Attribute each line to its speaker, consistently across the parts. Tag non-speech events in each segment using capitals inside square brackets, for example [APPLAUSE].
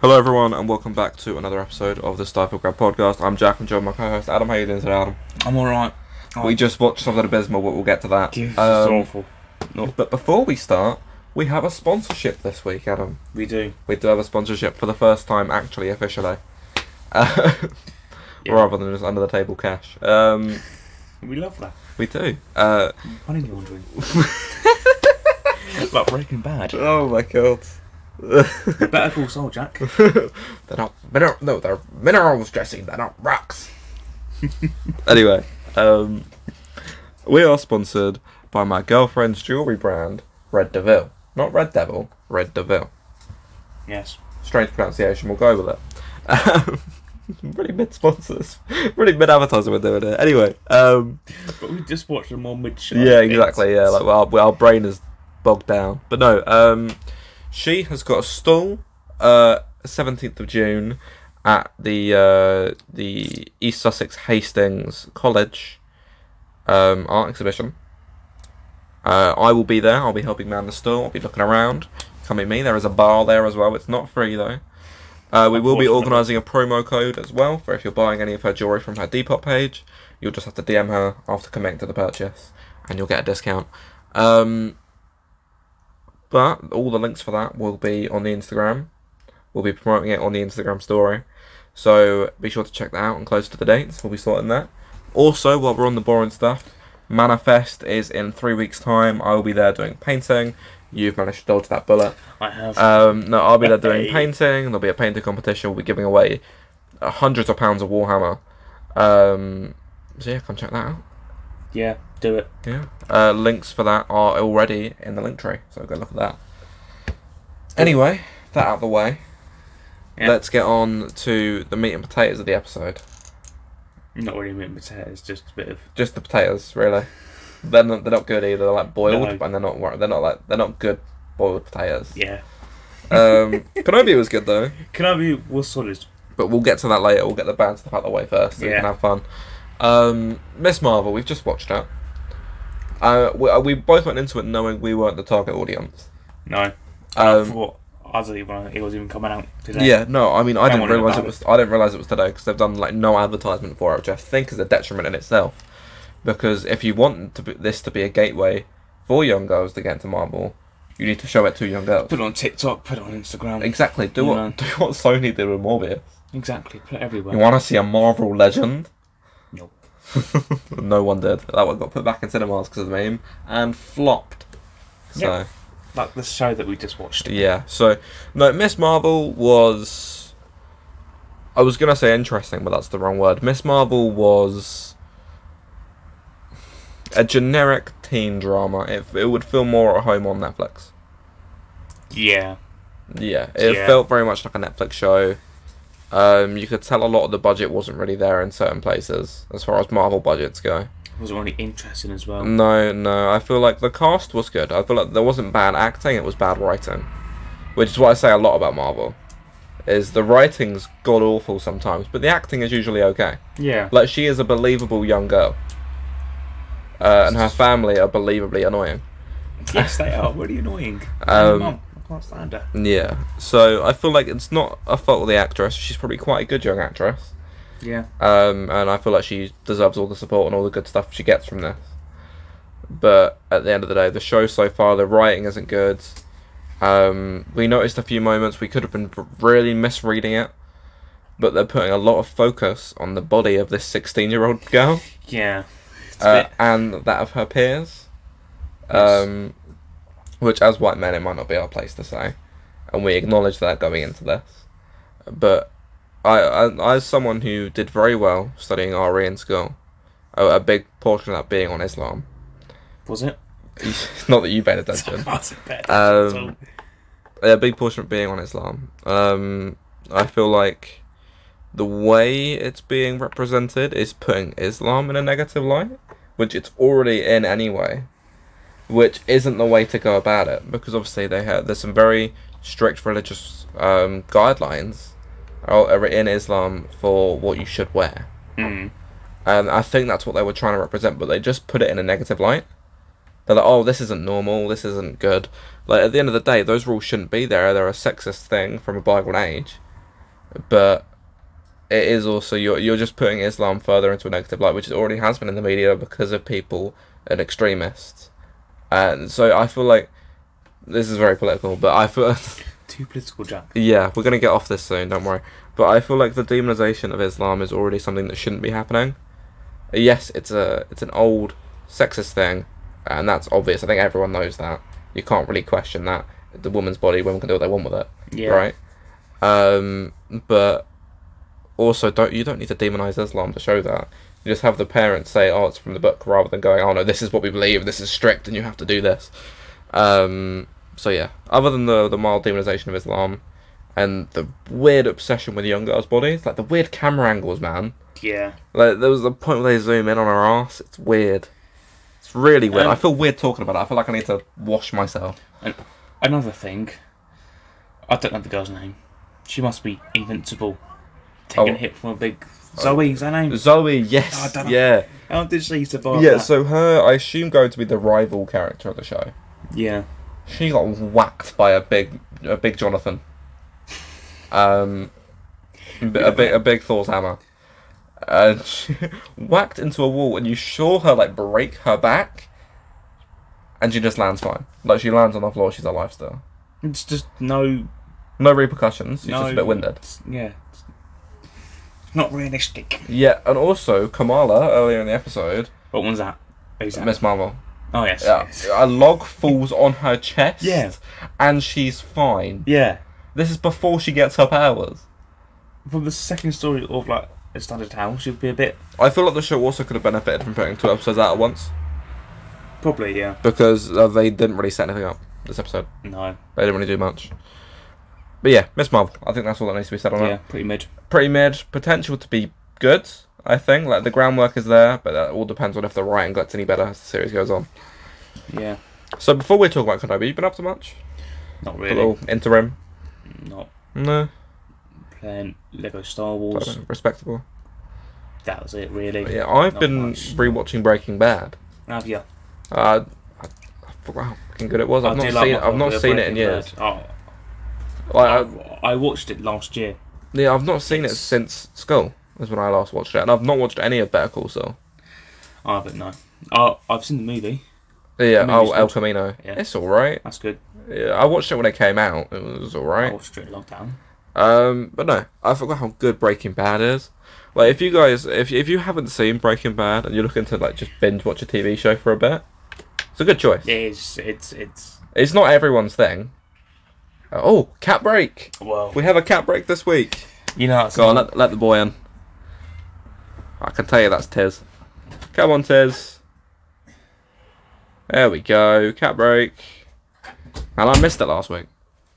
Speaker 1: Hello, everyone, and welcome back to another episode of the Stifle Grab podcast. I'm Jack and John, my co host Adam. How you doing today, Adam?
Speaker 2: I'm all right. Oh.
Speaker 1: We just watched something abysmal, but we'll get to that.
Speaker 2: This is
Speaker 1: Um,
Speaker 2: awful.
Speaker 1: but before we start, we have a sponsorship this week, Adam.
Speaker 2: We do.
Speaker 1: We do have a sponsorship for the first time, actually, officially. [LAUGHS] Uh,
Speaker 2: Yeah.
Speaker 1: Rather than just under the table cash. Um,
Speaker 2: We love that.
Speaker 1: we do. Uh,
Speaker 2: Money laundering. [LAUGHS] like Breaking Bad.
Speaker 1: oh my [LAUGHS] god.
Speaker 2: Better Call Saul, Jack.
Speaker 1: They're not mineral. No, they're minerals, Jesse. They're not rocks. [LAUGHS] anyway, um, we are sponsored by my girlfriend's jewelry brand, Red Devil. Not Red Devil, Red Devil.
Speaker 2: Yes.
Speaker 1: Strange pronunciation. We'll go with it. [LAUGHS] Um, really mid sponsors, really mid advertising. We're doing it anyway. Um,
Speaker 2: But we just watched them on mid show.
Speaker 1: yeah, exactly. Yeah, like well, our, our brain is bogged down. But no, um, she has got a stall, uh, seventeenth of June, at the uh, the East Sussex Hastings College um, art exhibition. Uh, I will be there. I'll be helping man the stall. I'll be looking around. Come at me. There is a bar there as well. It's not free though. Uh, we will be
Speaker 2: Unfortunately.
Speaker 1: organising a promo code as well for if you're buying any of her jewellery from her Depop page. You'll just have to DM her after committing to the purchase, and you'll get a discount. Um, but all the links for that will be on the Instagram. We'll be promoting it on the Instagram story. So be sure to check that out and close to the dates. We'll be sorting that. Also, while we're on the boring stuff, Manifest is in three weeks' time. I will be there doing painting. You've managed to dodge that bullet.
Speaker 2: I have.
Speaker 1: Um, no, I'll be there doing
Speaker 2: Hey.
Speaker 1: painting. There'll be a painting competition. We'll be giving away uh, hundreds of pounds of Warhammer. Um, so yeah, come check that out.
Speaker 2: yeah, do it.
Speaker 1: Yeah. Uh, links for that are already in the link tree, so go look at that. Anyway, that out of the way.
Speaker 2: Yeah.
Speaker 1: Let's get on to the meat and potatoes of the episode.
Speaker 2: Not really meat and potatoes, just a bit of.
Speaker 1: Just the potatoes, really. They're not, they're not good either. They're like boiled,
Speaker 2: No.
Speaker 1: and they're not wor- they're not like they're not good boiled potatoes.
Speaker 2: Yeah.
Speaker 1: [LAUGHS] Um, Kenobi was good though,
Speaker 2: Can I be. What's solid?
Speaker 1: but we'll get to that later. We'll get the bad stuff out of the way first, so we
Speaker 2: Yeah.
Speaker 1: can have fun. Um, Miss Marvel, we've just watched it. Uh, we, uh, we both went into it knowing we weren't the target audience.
Speaker 2: No. I
Speaker 1: Um,
Speaker 2: thought. I didn't even know it was even coming out today.
Speaker 1: Yeah, no, I mean, I
Speaker 2: Don't
Speaker 1: didn't
Speaker 2: wanna know
Speaker 1: realize
Speaker 2: about
Speaker 1: it was. I didn't realize it was today because they've done like no advertisement for it, which I think is a detriment in itself. Because if you want to be, this to be a gateway for young girls to get into Marvel, you need to show it to young girls.
Speaker 2: Put it on TikTok, put it on Instagram.
Speaker 1: Exactly. Do what
Speaker 2: Yeah.
Speaker 1: [LAUGHS] do what Sony did with Morbius.
Speaker 2: exactly. Put it everywhere.
Speaker 1: You want to see a Marvel legend?
Speaker 2: Nope.
Speaker 1: [LAUGHS] no one did. That one got put back in cinemas because of the meme and flopped. So.
Speaker 2: Yeah. Like the show that we just watched.
Speaker 1: Yeah. So no, Miss Marvel was. I was gonna say interesting, but that's the wrong word. Miss Marvel was a generic teen drama. It, it would feel more at home on Netflix.
Speaker 2: Yeah.
Speaker 1: Yeah, it
Speaker 2: Yeah.
Speaker 1: felt very much like a Netflix show. Um, you could tell a lot of the budget wasn't really there in certain places, as far as Marvel budgets go.
Speaker 2: Wasn't really interesting as well.
Speaker 1: No, no. I feel like the cast was good. I feel like there wasn't bad acting; it was bad writing, which is what I say a lot about Marvel. Is the writing's god awful sometimes, but the acting is usually okay.
Speaker 2: Yeah.
Speaker 1: Like she is a believable young girl, uh, and her family are believably annoying.
Speaker 2: Yes, they are. Really annoying.
Speaker 1: [LAUGHS] Um,
Speaker 2: Um, Mum, I can't stand her.
Speaker 1: Yeah. So I feel like it's not a fault of the actress. She's probably quite a good young actress,
Speaker 2: Yeah.
Speaker 1: um, and I feel like she deserves all the support and all the good stuff she gets from this. But at the end of the day, the show so far, the writing isn't good. Um, we noticed a few moments we could have been r- really misreading it, but they're putting a lot of focus on the body of this 16 year old girl
Speaker 2: Yeah. It's a
Speaker 1: uh,
Speaker 2: bit-
Speaker 1: and that of her peers.
Speaker 2: Yes.
Speaker 1: Um, which, as white men, it might not be our place to say, and we acknowledge that going into this. But I, I as someone who did very well studying RE in school, a, a big portion of that being on Islam. [LAUGHS]
Speaker 2: was it? [LAUGHS]
Speaker 1: not that you paid attention.
Speaker 2: was it bad?
Speaker 1: Um, a big portion of being on Islam. Um, I feel like the way it's being represented is putting Islam in a negative light, which it's already in anyway, which isn't the way to go about it because obviously they have there's some very strict religious um, guidelines are are in Islam for what you should wear. um,
Speaker 2: mm,
Speaker 1: And I think that's what they were trying to represent, but they just put it in a negative light. They're like, oh, this isn't normal, this isn't good. Like, at the end of the day, those rules shouldn't be there. They're a sexist thing from a bygone age. but it is also you're you're just putting Islam further into a negative light, which it already has been in the media because of people and extremists. And so I feel like this is very political, but I feel [LAUGHS]
Speaker 2: Too political, Jack.
Speaker 1: yeah, we're gonna get off this soon. Don't worry. But I feel like the demonization of Islam is already something that shouldn't be happening. Yes, it's a it's an old sexist thing, and that's obvious. I think everyone knows that. You can't really question that. The woman's body, women can do what they want with it
Speaker 2: Yeah.
Speaker 1: right? Um, but also, don't you don't need to demonize Islam to show that. You just have the parents say, "Oh, it's from the book," rather than going, "Oh no, this is what we believe. This is strict, and you have to do this." Um, so yeah, other than the the mild demonization of Islam and the weird obsession with young girls' bodies, like the weird camera angles, man.
Speaker 2: Yeah.
Speaker 1: Like there was a point where they zoom in on her ass. It's weird. It's really weird.
Speaker 2: Um,
Speaker 1: I feel weird talking about it. I feel like I need to wash
Speaker 2: [LAUGHS]
Speaker 1: myself.
Speaker 2: Another thing. I don't know the girl's name. She must be invincible. Taking
Speaker 1: Oh.
Speaker 2: a hit from a big. Zoe, is her name?
Speaker 1: Zoe,
Speaker 2: Oh, I
Speaker 1: yes,
Speaker 2: don't know.
Speaker 1: yeah.
Speaker 2: How did she survive?
Speaker 1: Yeah,
Speaker 2: that?
Speaker 1: so her, I assume, going to be the rival character of the show.
Speaker 2: Yeah.
Speaker 1: She got whacked by a big, a big Jonathan. Um, b- a big, a big Thor's hammer, and she [LAUGHS] whacked into a wall, and you saw her like break her back, and she just lands fine. Like she lands on the floor, she's alive still.
Speaker 2: It's just no.
Speaker 1: No repercussions. She's just a
Speaker 2: No.
Speaker 1: bit winded.
Speaker 2: it's- yeah. It's it's not realistic.
Speaker 1: Yeah, and also Kamala earlier in the episode,
Speaker 2: What one's that? Who's that?
Speaker 1: Miss Marvel.
Speaker 2: Oh, yes.
Speaker 1: Yeah,
Speaker 2: yes.
Speaker 1: a log falls on her chest.
Speaker 2: Yeah.
Speaker 1: and she's fine.
Speaker 2: Yeah.
Speaker 1: This is before she gets her powers.
Speaker 2: From the second story of, like, a standard house, you'd be a bit.
Speaker 1: I feel like the show also could have benefited from putting two episodes out at once
Speaker 2: Probably, yeah.
Speaker 1: because uh, they didn't really set anything up this episode.
Speaker 2: No.
Speaker 1: They didn't really do much. But yeah, Miss Marvel. I think that's all that needs to be said on
Speaker 2: Yeah,
Speaker 1: it.
Speaker 2: pretty mid.
Speaker 1: Pretty mid potential to be good. I think like the groundwork is there, but that all depends on if the writing gets any better as the series goes on.
Speaker 2: Yeah.
Speaker 1: So before we talk about Kenobi, you been up to much?
Speaker 2: Not
Speaker 1: A
Speaker 2: really.
Speaker 1: little interim.
Speaker 2: Not
Speaker 1: No,
Speaker 2: playing Lego Star Wars.
Speaker 1: respectable.
Speaker 2: That was it, really.
Speaker 1: But yeah, I've
Speaker 2: Not
Speaker 1: been
Speaker 2: much.
Speaker 1: rewatching Breaking Bad.
Speaker 2: Have you?
Speaker 1: Uh, I, I forgot how fucking good it was. I've
Speaker 2: I
Speaker 1: not
Speaker 2: do
Speaker 1: seen.
Speaker 2: like my
Speaker 1: I've not
Speaker 2: popular
Speaker 1: seen it in
Speaker 2: Breaking
Speaker 1: years.
Speaker 2: Bad. Oh,
Speaker 1: Like, I,
Speaker 2: I, I watched it last year.
Speaker 1: yeah, I've not seen it
Speaker 2: It's-
Speaker 1: since school. Is when I last watched it, and I've not watched any of Better Call Saul.
Speaker 2: Ah, but no. Oh, I've seen the movie.
Speaker 1: Yeah.
Speaker 2: Maybe
Speaker 1: Oh,
Speaker 2: it's
Speaker 1: El
Speaker 2: good.
Speaker 1: Camino.
Speaker 2: Yeah.
Speaker 1: It's all right.
Speaker 2: That's good.
Speaker 1: Yeah, I watched it when it came out. It was all
Speaker 2: I
Speaker 1: right.
Speaker 2: watched it in lockdown. Oh.
Speaker 1: Um, but no, I forgot how good Breaking Bad is. Like, if you guys, if if you haven't seen Breaking Bad and you're looking to like just binge watch a TV show for a bit, it's a good choice.
Speaker 2: It's it's it's
Speaker 1: It's not everyone's thing. Oh, cat break!
Speaker 2: well.
Speaker 1: We have a cat break this week.
Speaker 2: You know, it's
Speaker 1: Go on, let, let the boy in. I can tell you that's Tiz. Come on, Tiz. There we go. Cat break. And I missed it last week.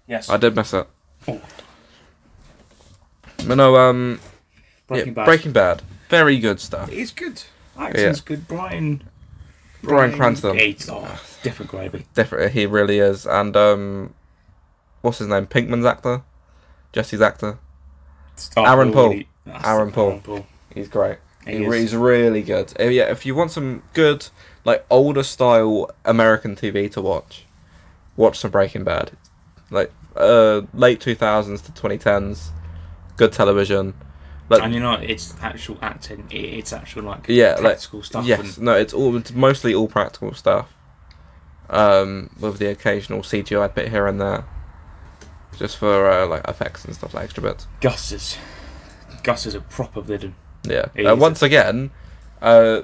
Speaker 2: yes.
Speaker 1: I did miss it.
Speaker 2: Oh.
Speaker 1: But no, um,
Speaker 2: Breaking
Speaker 1: yeah,
Speaker 2: Bad.
Speaker 1: Breaking Bad. Very good stuff.
Speaker 2: It's good. Acting's good. Brian.
Speaker 1: Bryan Cranston.
Speaker 2: It's oh, different gravy.
Speaker 1: Different, he really is. And um, what's his name? Pinkman's actor, Jesse's actor.
Speaker 2: Star
Speaker 1: Aaron Paul.
Speaker 2: really- that's
Speaker 1: Aaron
Speaker 2: it,
Speaker 1: Paul.
Speaker 2: Paul.
Speaker 1: He's great.
Speaker 2: He
Speaker 1: He
Speaker 2: is.
Speaker 1: re- he's really good. Uh, yeah, if you want some good, like older style American TV to watch, watch some Breaking Bad. Like uh, late two thousands to twenty tens, good television. Like
Speaker 2: And you know, it's actual acting. It, it's actual like
Speaker 1: Yeah, like-
Speaker 2: practical stuff.
Speaker 1: yes, no, it's all it's mostly all practical stuff. Um, with the occasional CGI bit here and there, just for uh, like effects and stuff, like extra bits.
Speaker 2: And Gus is Gus is a proper villain.
Speaker 1: Yeah.
Speaker 2: He's
Speaker 1: Uh,
Speaker 2: a-
Speaker 1: once again, uh,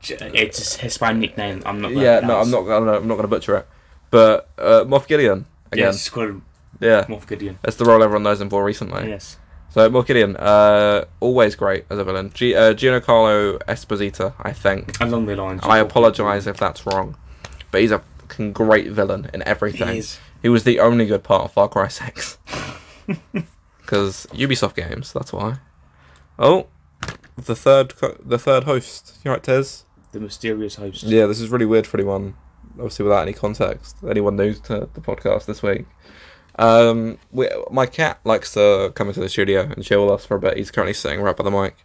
Speaker 2: It's his Hispanic name. I'm not. gonna
Speaker 1: Yeah, no,
Speaker 2: pronounce.
Speaker 1: I'm not gonna, I'm not gonna butcher it. But uh, Moff Gideon again,
Speaker 2: Yes, called
Speaker 1: yeah,
Speaker 2: Moff Gideon.
Speaker 1: that's the role everyone knows him for recently.
Speaker 2: Yes.
Speaker 1: So Moff Gideon, uh, always great as a villain. G- uh, Giancarlo Esposito, I think.
Speaker 2: Along the lines.
Speaker 1: I apologise if that's wrong, but he's a fucking great villain in everything.
Speaker 2: He
Speaker 1: He,
Speaker 2: is.
Speaker 1: was the only good part of Far Cry Six, [LAUGHS] because Ubisoft games. That's why. Oh, the third, co- the third host. You right, Tez?
Speaker 2: The mysterious host.
Speaker 1: Yeah, this is really weird for anyone, obviously without any context. Anyone new to the podcast this week. Um, we, my cat likes to come into the studio and chill with us for a bit. He's currently sitting right by the mic,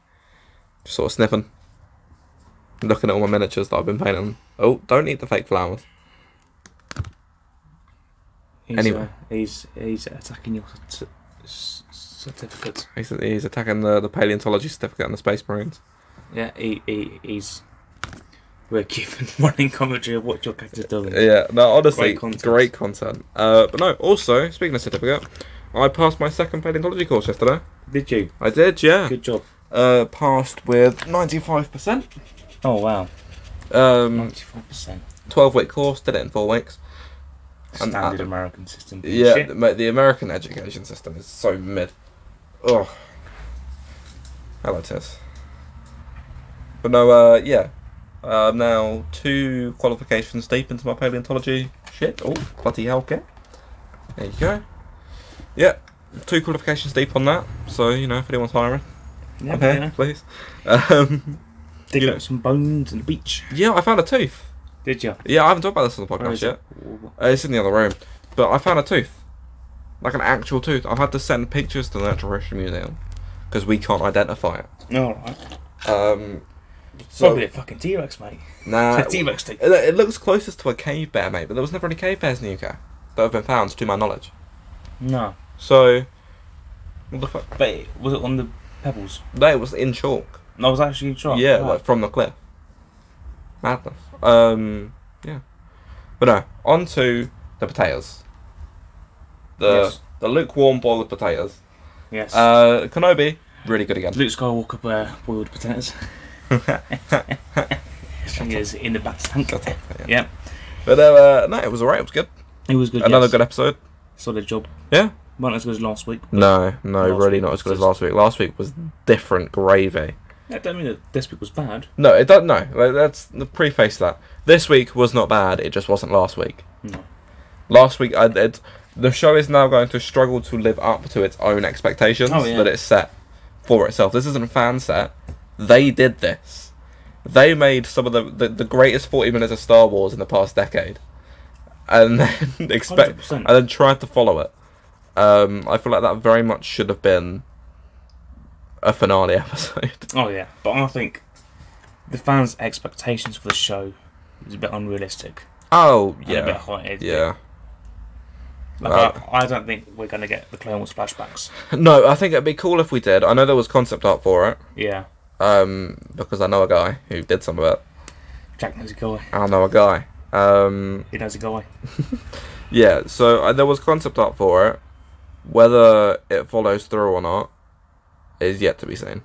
Speaker 1: just sort of sniffing, looking at all my miniatures that I've been painting. Oh, don't eat the fake flowers.
Speaker 2: He's,
Speaker 1: Anyway.
Speaker 2: uh, he's he's attacking your s- s- certificates.
Speaker 1: He's, he's attacking the, the paleontology certificate and the space marines.
Speaker 2: Yeah, he, he he's. We're keeping [LAUGHS] running commentary of what your character's doing.
Speaker 1: Yeah, no, honestly,
Speaker 2: Great
Speaker 1: great content.
Speaker 2: content.
Speaker 1: Uh, but no, also, speaking of certificate, I passed my second paleontology course yesterday.
Speaker 2: Did you?
Speaker 1: I did, yeah.
Speaker 2: Good job.
Speaker 1: Uh, passed with 95%.
Speaker 2: Oh wow,
Speaker 1: Um,
Speaker 2: ninety-four percent
Speaker 1: 12 week course, did it in four weeks. And
Speaker 2: standard
Speaker 1: that-
Speaker 2: American system.
Speaker 1: Yeah,
Speaker 2: Shit.
Speaker 1: mate, the American education system is so mid. Oh. Hello, Tess. But no, uh, yeah. Uh, I'm now two qualifications deep into my paleontology shit. Oh, bloody hell, okay. There you go. Yeah, two qualifications deep on that. So, you know, if anyone's hiring,
Speaker 2: yeah,
Speaker 1: I'm here,
Speaker 2: yeah.
Speaker 1: please. Um, [LAUGHS]
Speaker 2: Dig
Speaker 1: You know-
Speaker 2: up some bones in the beach.
Speaker 1: yeah, I found a tooth.
Speaker 2: Did you?
Speaker 1: Yeah, I haven't talked about this on the
Speaker 2: Where
Speaker 1: podcast
Speaker 2: is
Speaker 1: yet.
Speaker 2: it? Wh-
Speaker 1: Uh, it's in the other room. But I found a tooth. Like an actual tooth. I've had to send pictures to the Natural History Museum because we can't identify it.
Speaker 2: wh- All right.
Speaker 1: Um, so, Uh,
Speaker 2: Probably a fucking T Rex, mate. [LAUGHS]
Speaker 1: Nah,
Speaker 2: a T Rex
Speaker 1: it, it looks closest to a cave bear, mate, but there was never any cave bears in the UK that have been found, to my knowledge.
Speaker 2: No,
Speaker 1: So, what the fuck?
Speaker 2: but it- was it on the pebbles?
Speaker 1: No, it was in chalk.
Speaker 2: No, I was actually in shock.
Speaker 1: yeah,
Speaker 2: Wow.
Speaker 1: like from the cliff. Madness. Um, yeah. But no, on to the potatoes. The,
Speaker 2: Yes.
Speaker 1: the lukewarm boiled potatoes.
Speaker 2: yes.
Speaker 1: Uh, Kenobi, really good again.
Speaker 2: Luke Skywalker uh, boiled
Speaker 1: [LAUGHS]
Speaker 2: potatoes. Fingers in the bath tank.
Speaker 1: Shut up, yeah.
Speaker 2: Yeah,
Speaker 1: But uh, no, it was alright. It was good.
Speaker 2: it was good.
Speaker 1: Another
Speaker 2: yes.
Speaker 1: good episode.
Speaker 2: solid job.
Speaker 1: Yeah.
Speaker 2: Weren't as good as last week.
Speaker 1: No, no,
Speaker 2: Last
Speaker 1: really
Speaker 2: week
Speaker 1: not
Speaker 2: was
Speaker 1: as good as
Speaker 2: just-
Speaker 1: last week. Last week was different gravy.
Speaker 2: I don't mean that this week was bad.
Speaker 1: No, it don't. No, like, that's the preface that. This week was not bad. It just wasn't last week.
Speaker 2: No.
Speaker 1: Last week, I, it, the show is now going to struggle to live up to its own expectations
Speaker 2: Oh, yeah.
Speaker 1: that it set for itself. This isn't fan set. They did this. They made some of the, the, the greatest 40 minutes of Star Wars in the past decade. And [LAUGHS] then expect
Speaker 2: 100%.
Speaker 1: and then tried to follow it. Um, I feel like that very much should have been a finale [LAUGHS] episode.
Speaker 2: Oh yeah, but I think the fans' expectations for the show is a bit unrealistic.
Speaker 1: Oh
Speaker 2: and a bit
Speaker 1: yeah,
Speaker 2: high. It's a bit-
Speaker 1: yeah. Uh,
Speaker 2: Like, I, I don't think we're gonna get the Clone Wars flashbacks.
Speaker 1: No, I think it'd be cool if we did. I know there was concept art for it.
Speaker 2: Yeah,
Speaker 1: um, because I know a guy who did some of it.
Speaker 2: Jack knows a guy.
Speaker 1: I know a guy. Um,
Speaker 2: He knows a guy.
Speaker 1: yeah, so uh, there was concept art for it. Whether it follows through or not is yet to be seen.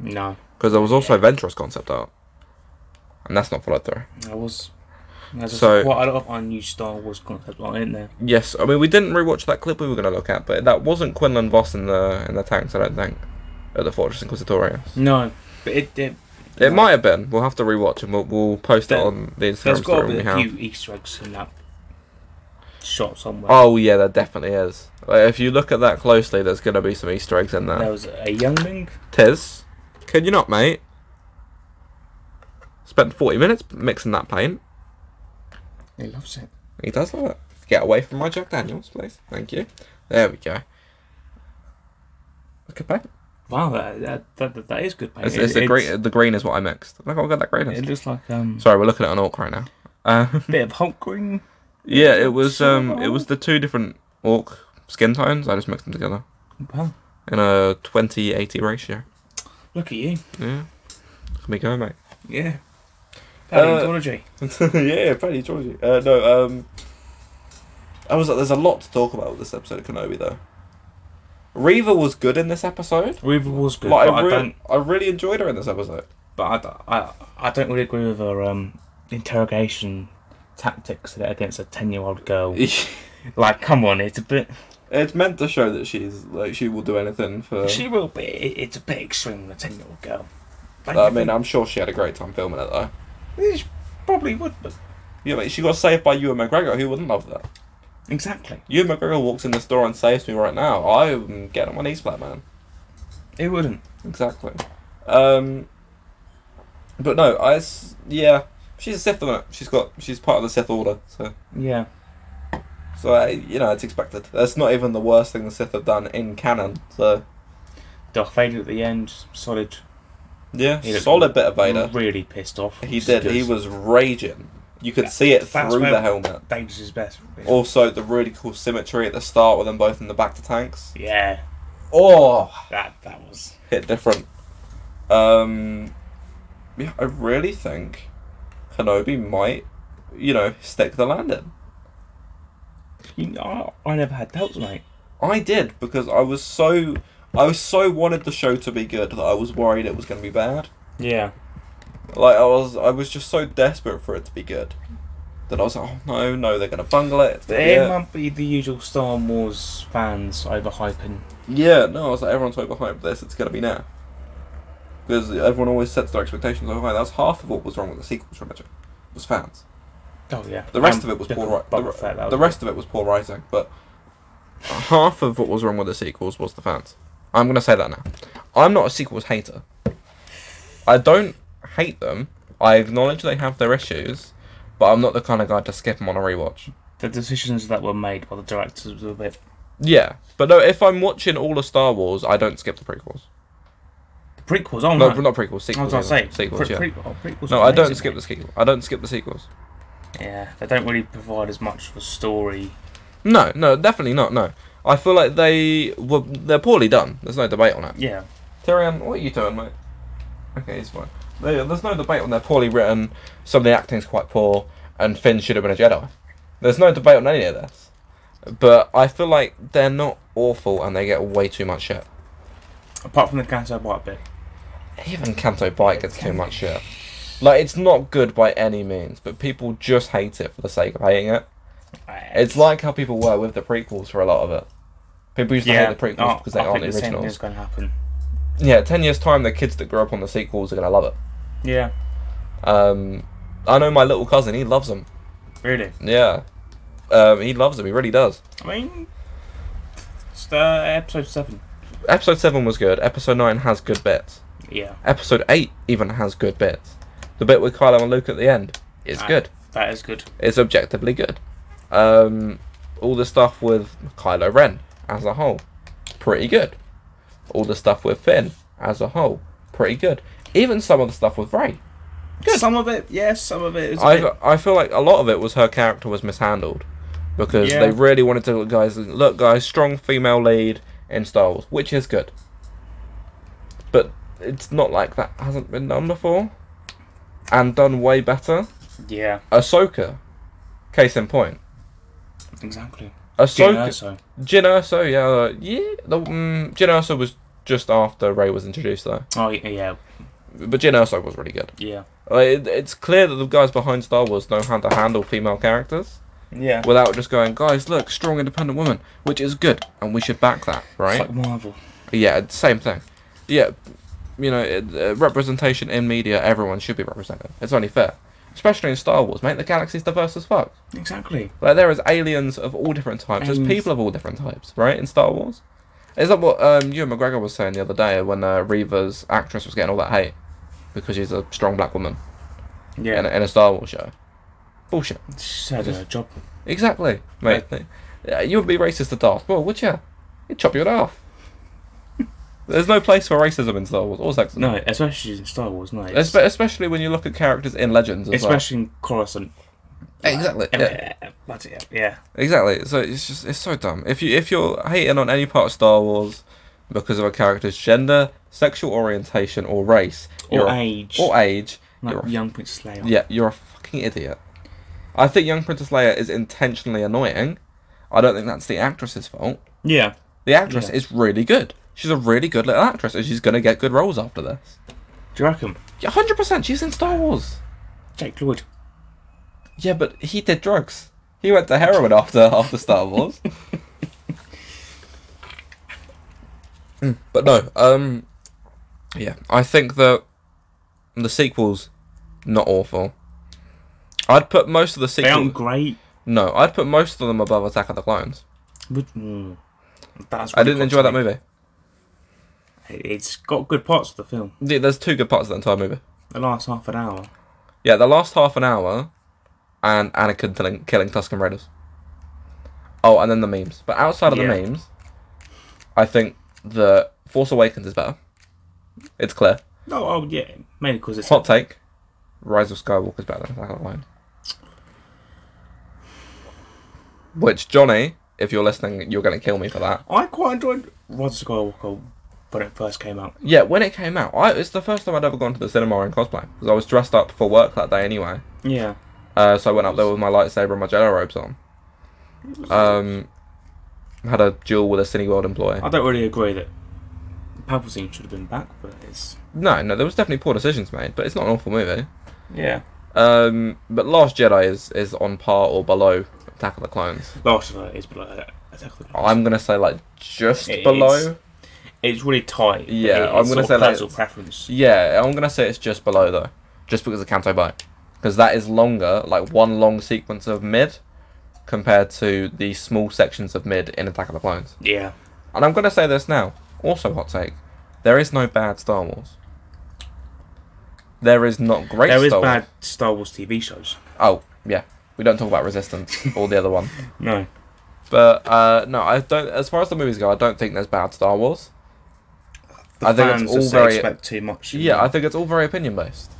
Speaker 2: No,
Speaker 1: Because there was also Ventress concept art, and that's not followed through.
Speaker 2: I was. There's
Speaker 1: So-
Speaker 2: quite a lot of unused Star Wars concept art in there.
Speaker 1: Yes, I mean we didn't rewatch that clip we were going to look at, but that wasn't Quinlan Voss in the in the tanks. I don't think at the Fortress Inquisitorius.
Speaker 2: No, but it, it
Speaker 1: It might have been. We'll have to rewatch and we'll, we'll post it
Speaker 2: There-
Speaker 1: on the
Speaker 2: There's
Speaker 1: Instagram
Speaker 2: got to
Speaker 1: story
Speaker 2: be
Speaker 1: when we
Speaker 2: a
Speaker 1: have.
Speaker 2: few Easter eggs in that shot somewhere.
Speaker 1: Oh yeah, there definitely is. Like, if you look at that closely, there's gonna be some Easter eggs in
Speaker 2: There
Speaker 1: there.
Speaker 2: was a youngling.
Speaker 1: Tiz, can you not, mate? Spent forty minutes mixing that paint.
Speaker 2: He loves it.
Speaker 1: He does love it. Get away from my Jack Daniels, please. Thank you. There we go. Look at paint.
Speaker 2: Wow, that that, that, that- that is good. Mate.
Speaker 1: It's, it's the green. The green is what I mixed. Look how good that green
Speaker 2: It
Speaker 1: is.
Speaker 2: looks like um
Speaker 1: Sorry, we're looking at an orc right now. Uh, [LAUGHS]
Speaker 2: bit of Hulk green.
Speaker 1: yeah, it was. Um, it was the two different orc skin tones. I just mixed them together
Speaker 2: Wow,
Speaker 1: in a 20-80 ratio.
Speaker 2: look at you.
Speaker 1: Yeah. Can we go, mate?
Speaker 2: Yeah.
Speaker 1: Uh,
Speaker 2: Paleontology.
Speaker 1: [LAUGHS] yeah, pretty Georgie. Uh, no, um, I was. There's a lot to talk about with this episode of Kenobi, though. Reva was good in this episode.
Speaker 2: River was good,
Speaker 1: Like,
Speaker 2: but
Speaker 1: I,
Speaker 2: I,
Speaker 1: re-
Speaker 2: don't.
Speaker 1: I really enjoyed her in this
Speaker 2: [LAUGHS]
Speaker 1: episode.
Speaker 2: But I, don't- I, I don't really agree with her um interrogation tactics against a ten-year-old girl.
Speaker 1: it's
Speaker 2: like, come on, it's a bit.
Speaker 1: meant to show that she's like she will do anything for.
Speaker 2: She will be. It, it's a bit extreme with a ten-year-old girl. Don't
Speaker 1: I
Speaker 2: you
Speaker 1: mean,
Speaker 2: think?
Speaker 1: I'm sure she had a great time filming it though.
Speaker 2: Yeah, she probably would, but
Speaker 1: Yeah, mate, she got saved by Ewan McGregor. Who wouldn't love that?
Speaker 2: exactly.
Speaker 1: Ewan McGregor walks in the store and saves me right now. I'm getting on my knees, flat man.
Speaker 2: It wouldn't.
Speaker 1: Exactly. Um, but no, I s- yeah, she's a Sith, isn't it? She's got she's part of the Sith Order, so
Speaker 2: Yeah.
Speaker 1: so I, you know it's expected. That's not even the worst thing the Sith have done in canon. So
Speaker 2: Darth Vader at the end, solid.
Speaker 1: yeah,
Speaker 2: He looked
Speaker 1: solid bit of Vader.
Speaker 2: Really pissed off.
Speaker 1: He did. He was raging. You could
Speaker 2: That-
Speaker 1: see it
Speaker 2: that's
Speaker 1: through
Speaker 2: where-
Speaker 1: the helmet.
Speaker 2: Vader's his best.
Speaker 1: Also, the really cool symmetry at the start with them both in the back to tanks.
Speaker 2: yeah.
Speaker 1: Oh,
Speaker 2: That that was
Speaker 1: hit different. Um, yeah, I really think Kenobi might, you know, stick the landing.
Speaker 2: you know, I, I never had doubts, mate.
Speaker 1: I did because I was so I was so wanted the show to be good that I was worried it was going to be bad.
Speaker 2: Yeah.
Speaker 1: Like I was I was just so desperate for it to be good that I was like, oh no, no, they're going to bungle it. It's gonna be
Speaker 2: There
Speaker 1: it."
Speaker 2: might be the usual Star Wars fans overhyping.
Speaker 1: Yeah, no, I was like, everyone's so behind this, it's gonna be now. Because everyone always sets their expectations so high. That's half of what was wrong with the sequel trilogy. Was fans.
Speaker 2: Oh yeah.
Speaker 1: The rest
Speaker 2: Um,
Speaker 1: of it was
Speaker 2: look
Speaker 1: poor
Speaker 2: at
Speaker 1: writing.
Speaker 2: Boba
Speaker 1: The,
Speaker 2: Fett, that
Speaker 1: the
Speaker 2: was-
Speaker 1: rest of it was poor writing, but half of what was wrong with the sequels was the fans. I'm gonna say that now. I'm not a sequels hater. I don't hate them. I acknowledge they have their issues, but I'm not the kind of guy to skip them on a rewatch.
Speaker 2: the decisions that were made by the directors were a bit.
Speaker 1: Yeah, but no, if I'm watching all of Star Wars, I don't skip the prequels.
Speaker 2: The prequels, oh
Speaker 1: No,
Speaker 2: no.
Speaker 1: not prequels. Sequels.
Speaker 2: I was gonna
Speaker 1: yeah.
Speaker 2: say
Speaker 1: sequels.
Speaker 2: pre-
Speaker 1: Yeah.
Speaker 2: pre- oh, prequels
Speaker 1: No,
Speaker 2: were
Speaker 1: I don't
Speaker 2: amazing,
Speaker 1: skip the
Speaker 2: mate.
Speaker 1: sequels. I don't skip the sequels.
Speaker 2: Yeah, they don't really provide as much of a story.
Speaker 1: No, no, definitely not. No, I feel like they were they're poorly done. There's no debate on it.
Speaker 2: Yeah,
Speaker 1: Tyrion, what are you doing, mate? Okay, he's fine. There- There's no debate on they're poorly written. Some of the acting's quite poor, and Finn should have been a Jedi. There's no debate on any of this. But I feel like they're not awful, and they get way too much shit.
Speaker 2: apart from the Canto White bit.
Speaker 1: Even Canto Bite gets too much shit. Like it's not good by any means, but people just hate it for the sake of hating it. It's like how people were with the prequels for a lot of it. People used to hate the prequels
Speaker 2: oh,
Speaker 1: because they
Speaker 2: I
Speaker 1: aren't the
Speaker 2: think the same thing's
Speaker 1: originals.
Speaker 2: going to happen.
Speaker 1: Yeah, ten years time, the kids that grew up on the sequels are gonna love it.
Speaker 2: Yeah,
Speaker 1: Um, I know my little cousin; he loves them.
Speaker 2: really.
Speaker 1: Yeah, um, he loves them. He really does.
Speaker 2: I mean, it's, uh, episode seven.
Speaker 1: Episode seven was good. Episode nine has good bits.
Speaker 2: Yeah,
Speaker 1: Episode eight even has good bits. The bit with Kylo and Luke at the end is
Speaker 2: Ah.
Speaker 1: good.
Speaker 2: that is good.
Speaker 1: It's objectively good. Um, all the stuff with Kylo Ren as a whole, pretty good. All the stuff with Finn as a whole, pretty good. Even some of the stuff with Ray. Good.
Speaker 2: Some of it, yes. some of it is. a
Speaker 1: I,
Speaker 2: bit-
Speaker 1: I feel like a lot of it was her character was mishandled because
Speaker 2: Yeah.
Speaker 1: they really wanted to look guys look guys strong female lead in Star Wars, which is good. But it's not like that hasn't been done before, and done way better.
Speaker 2: yeah,
Speaker 1: Ahsoka, case in point.
Speaker 2: exactly. Jyn
Speaker 1: Ahsoka,
Speaker 2: Erso.
Speaker 1: Jyn Erso, yeah, uh, yeah. The, mm, Jyn Erso was just after Ray was introduced, though.
Speaker 2: Oh yeah, yeah,
Speaker 1: But Jyn Erso was really good.
Speaker 2: yeah,
Speaker 1: Like, it, it's clear that the guys behind Star Wars know how to handle female characters
Speaker 2: yeah.
Speaker 1: without just going, guys, look, strong, independent woman, which is good, and we should back that,
Speaker 2: It's
Speaker 1: right?
Speaker 2: like Marvel.
Speaker 1: yeah, same thing. Yeah, you know, it, uh, representation in media, everyone should be represented. It's only fair. Especially in Star Wars, mate. The galaxy's diverse as fuck.
Speaker 2: Exactly.
Speaker 1: Like there is aliens of all different types. There's
Speaker 2: Aliens.
Speaker 1: people of all different types, right? In Star Wars, is that what um, Ewan McGregor was saying the other day when uh, Reva's actress was getting all that hate because she's a strong black woman
Speaker 2: Yeah.
Speaker 1: in, a, in a Star Wars show? Bullshit.
Speaker 2: She's had a job.
Speaker 1: Exactly, mate. Yeah, You would be racist to Darth Maul, would you? He'd chop you in
Speaker 2: [LAUGHS]
Speaker 1: half. There's no place for racism in Star Wars or sexism,
Speaker 2: No, especially in Star Wars. No, it's-
Speaker 1: Espe- especially when you look at characters in Legends. As
Speaker 2: especially in Coruscant.
Speaker 1: well. exactly. Yeah.
Speaker 2: Yeah. Bloody hell, yeah.
Speaker 1: Exactly. So it's just it's so dumb. If you if you're hating on any part of Star Wars because of a character's gender, sexual orientation, or race,
Speaker 2: Or
Speaker 1: you're a-
Speaker 2: age.
Speaker 1: or age,
Speaker 2: like
Speaker 1: you're a,
Speaker 2: Young Princess Leia.
Speaker 1: yeah, you're a fucking idiot. I think Young Princess Leia is intentionally annoying. I don't think that's the actress's fault.
Speaker 2: Yeah.
Speaker 1: The actress
Speaker 2: Yeah.
Speaker 1: is really good. She's a really good little actress, and she's gonna get good roles after this.
Speaker 2: Do you reckon?
Speaker 1: Yeah, hundred percent. She's in Star Wars.
Speaker 2: Jake Lloyd.
Speaker 1: Yeah, but he did drugs. He went to heroin after after Star
Speaker 2: [LAUGHS]
Speaker 1: Wars. Mm, but no, um, yeah, I think that the sequels not awful. I'd put most of the
Speaker 2: They aren't
Speaker 1: sequels.
Speaker 2: great.
Speaker 1: No, I'd put most of them above Attack of the Clones.
Speaker 2: But, mm, that's
Speaker 1: I
Speaker 2: really
Speaker 1: didn't enjoy that
Speaker 2: controversial.
Speaker 1: movie.
Speaker 2: It's got good parts of the film.
Speaker 1: Yeah, there's two good parts of the entire movie.
Speaker 2: The last half an hour.
Speaker 1: Yeah, the last half an hour, and Anakin killing, killing Tusken Raiders. Oh, and then the memes. But outside of
Speaker 2: Yeah.
Speaker 1: the memes, I think the Force Awakens is better. It's clear.
Speaker 2: No, oh yeah, mainly because it's
Speaker 1: Hot take: Rise of Skywalker is better than Attack of the Clones. Which Johnny, if you're listening, you're going to kill me for that.
Speaker 2: I quite enjoyed Rod Skywalker when it first came out.
Speaker 1: Yeah, when it came out, I, it's the first time I'd ever gone to the cinema in cosplay because I was dressed up for work that day anyway.
Speaker 2: Yeah.
Speaker 1: Uh, so I went up there with my lightsaber and my jello robes on. Um, had a duel with a Cineworld employee.
Speaker 2: I don't really agree that Palpatine should have been back, but it's
Speaker 1: No, no, there was definitely poor decisions made, but it's not an awful movie.
Speaker 2: yeah.
Speaker 1: Um, but Last Jedi is, is on par or below Attack of the Clones.
Speaker 2: Last of it is below Attack of the Clones.
Speaker 1: I'm gonna say like just
Speaker 2: It's-
Speaker 1: below.
Speaker 2: It's really tight.
Speaker 1: Yeah,
Speaker 2: It- it's
Speaker 1: I'm gonna
Speaker 2: sort of
Speaker 1: say that
Speaker 2: personal
Speaker 1: it's-
Speaker 2: preference.
Speaker 1: Yeah, I'm gonna say it's just below though, just because of Canto Bite, because that is longer, like one long sequence of mid, compared to the small sections of mid in Attack of the Clones.
Speaker 2: Yeah.
Speaker 1: And I'm gonna say this now. Also, hot take: there is no bad Star Wars. There is not great.
Speaker 2: There is
Speaker 1: Star Wars.
Speaker 2: bad Star Wars TV shows.
Speaker 1: Oh yeah, we don't talk about Resistance or the other
Speaker 2: [LAUGHS]
Speaker 1: one.
Speaker 2: No.
Speaker 1: But uh, no, I don't. As far as the movies go, I don't think there's bad Star Wars.
Speaker 2: The
Speaker 1: I think it's
Speaker 2: fans
Speaker 1: all
Speaker 2: just they
Speaker 1: very-
Speaker 2: expect too much.
Speaker 1: Yeah, I think it's all very opinion based.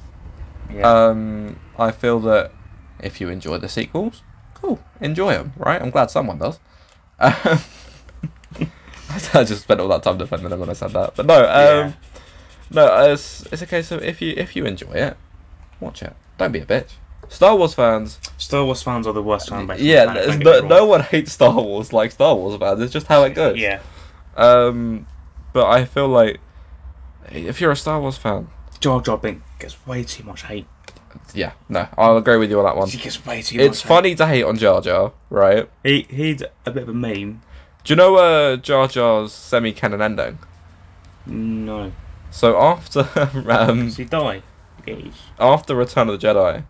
Speaker 2: yeah.
Speaker 1: Um, I feel that if you enjoy the sequels, cool, enjoy them, right? I'm glad someone does. Um, [LAUGHS] I just spent all that time defending them when I said that, but no, um,
Speaker 2: Yeah.
Speaker 1: no, it's it's a case of if you if you enjoy it, watch it. Don't be a bitch. Star Wars fans,
Speaker 2: Star Wars fans are the worst fan base. on the
Speaker 1: yeah,
Speaker 2: planet,
Speaker 1: there's
Speaker 2: don't
Speaker 1: no,
Speaker 2: get me
Speaker 1: no
Speaker 2: wrong.
Speaker 1: one hates Star Wars like Star Wars fans. It's just how it goes.
Speaker 2: Yeah.
Speaker 1: Um, but I feel like if you're a Star Wars fan,
Speaker 2: Jar Jar Bink gets way too much hate.
Speaker 1: yeah, no, I'll agree with you on that one.
Speaker 2: She gets way too much.
Speaker 1: It's funny to hate on Jar Jar, right?
Speaker 2: Hate. He he's a bit of a meme.
Speaker 1: Do you know uh, Jar Jar's semi-canon ending?
Speaker 2: No.
Speaker 1: So after [LAUGHS] um,
Speaker 2: Does he die? Yes.
Speaker 1: after Return of the Jedi,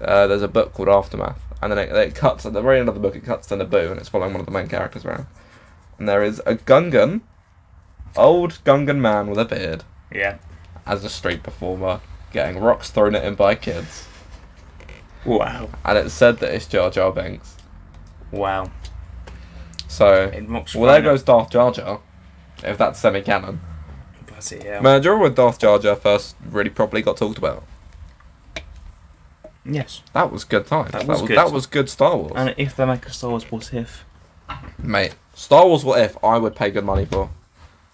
Speaker 1: uh, there's a book called Aftermath, and then it, it cuts at the very end of the book. It cuts to Naboo, and it's following one of the main characters around. And there is a Gungan, old Gungan man with a beard,
Speaker 2: Yeah.
Speaker 1: as a street performer, getting rocks thrown at him by kids.
Speaker 2: Wow.
Speaker 1: and it said that it's Jar Jar Binks.
Speaker 2: Wow.
Speaker 1: So,
Speaker 2: It mocks
Speaker 1: well, there
Speaker 2: Rhino.
Speaker 1: goes Darth Jar Jar, if that's semi canon.
Speaker 2: That's it, yeah.
Speaker 1: Man, do you remember when Darth Jar Jar first really properly got talked about?
Speaker 2: yes.
Speaker 1: That was good times.
Speaker 2: That was good.
Speaker 1: That was good Star Wars.
Speaker 2: And if they make a Star Wars what if?
Speaker 1: Mate, Star Wars What If, I would pay good money for.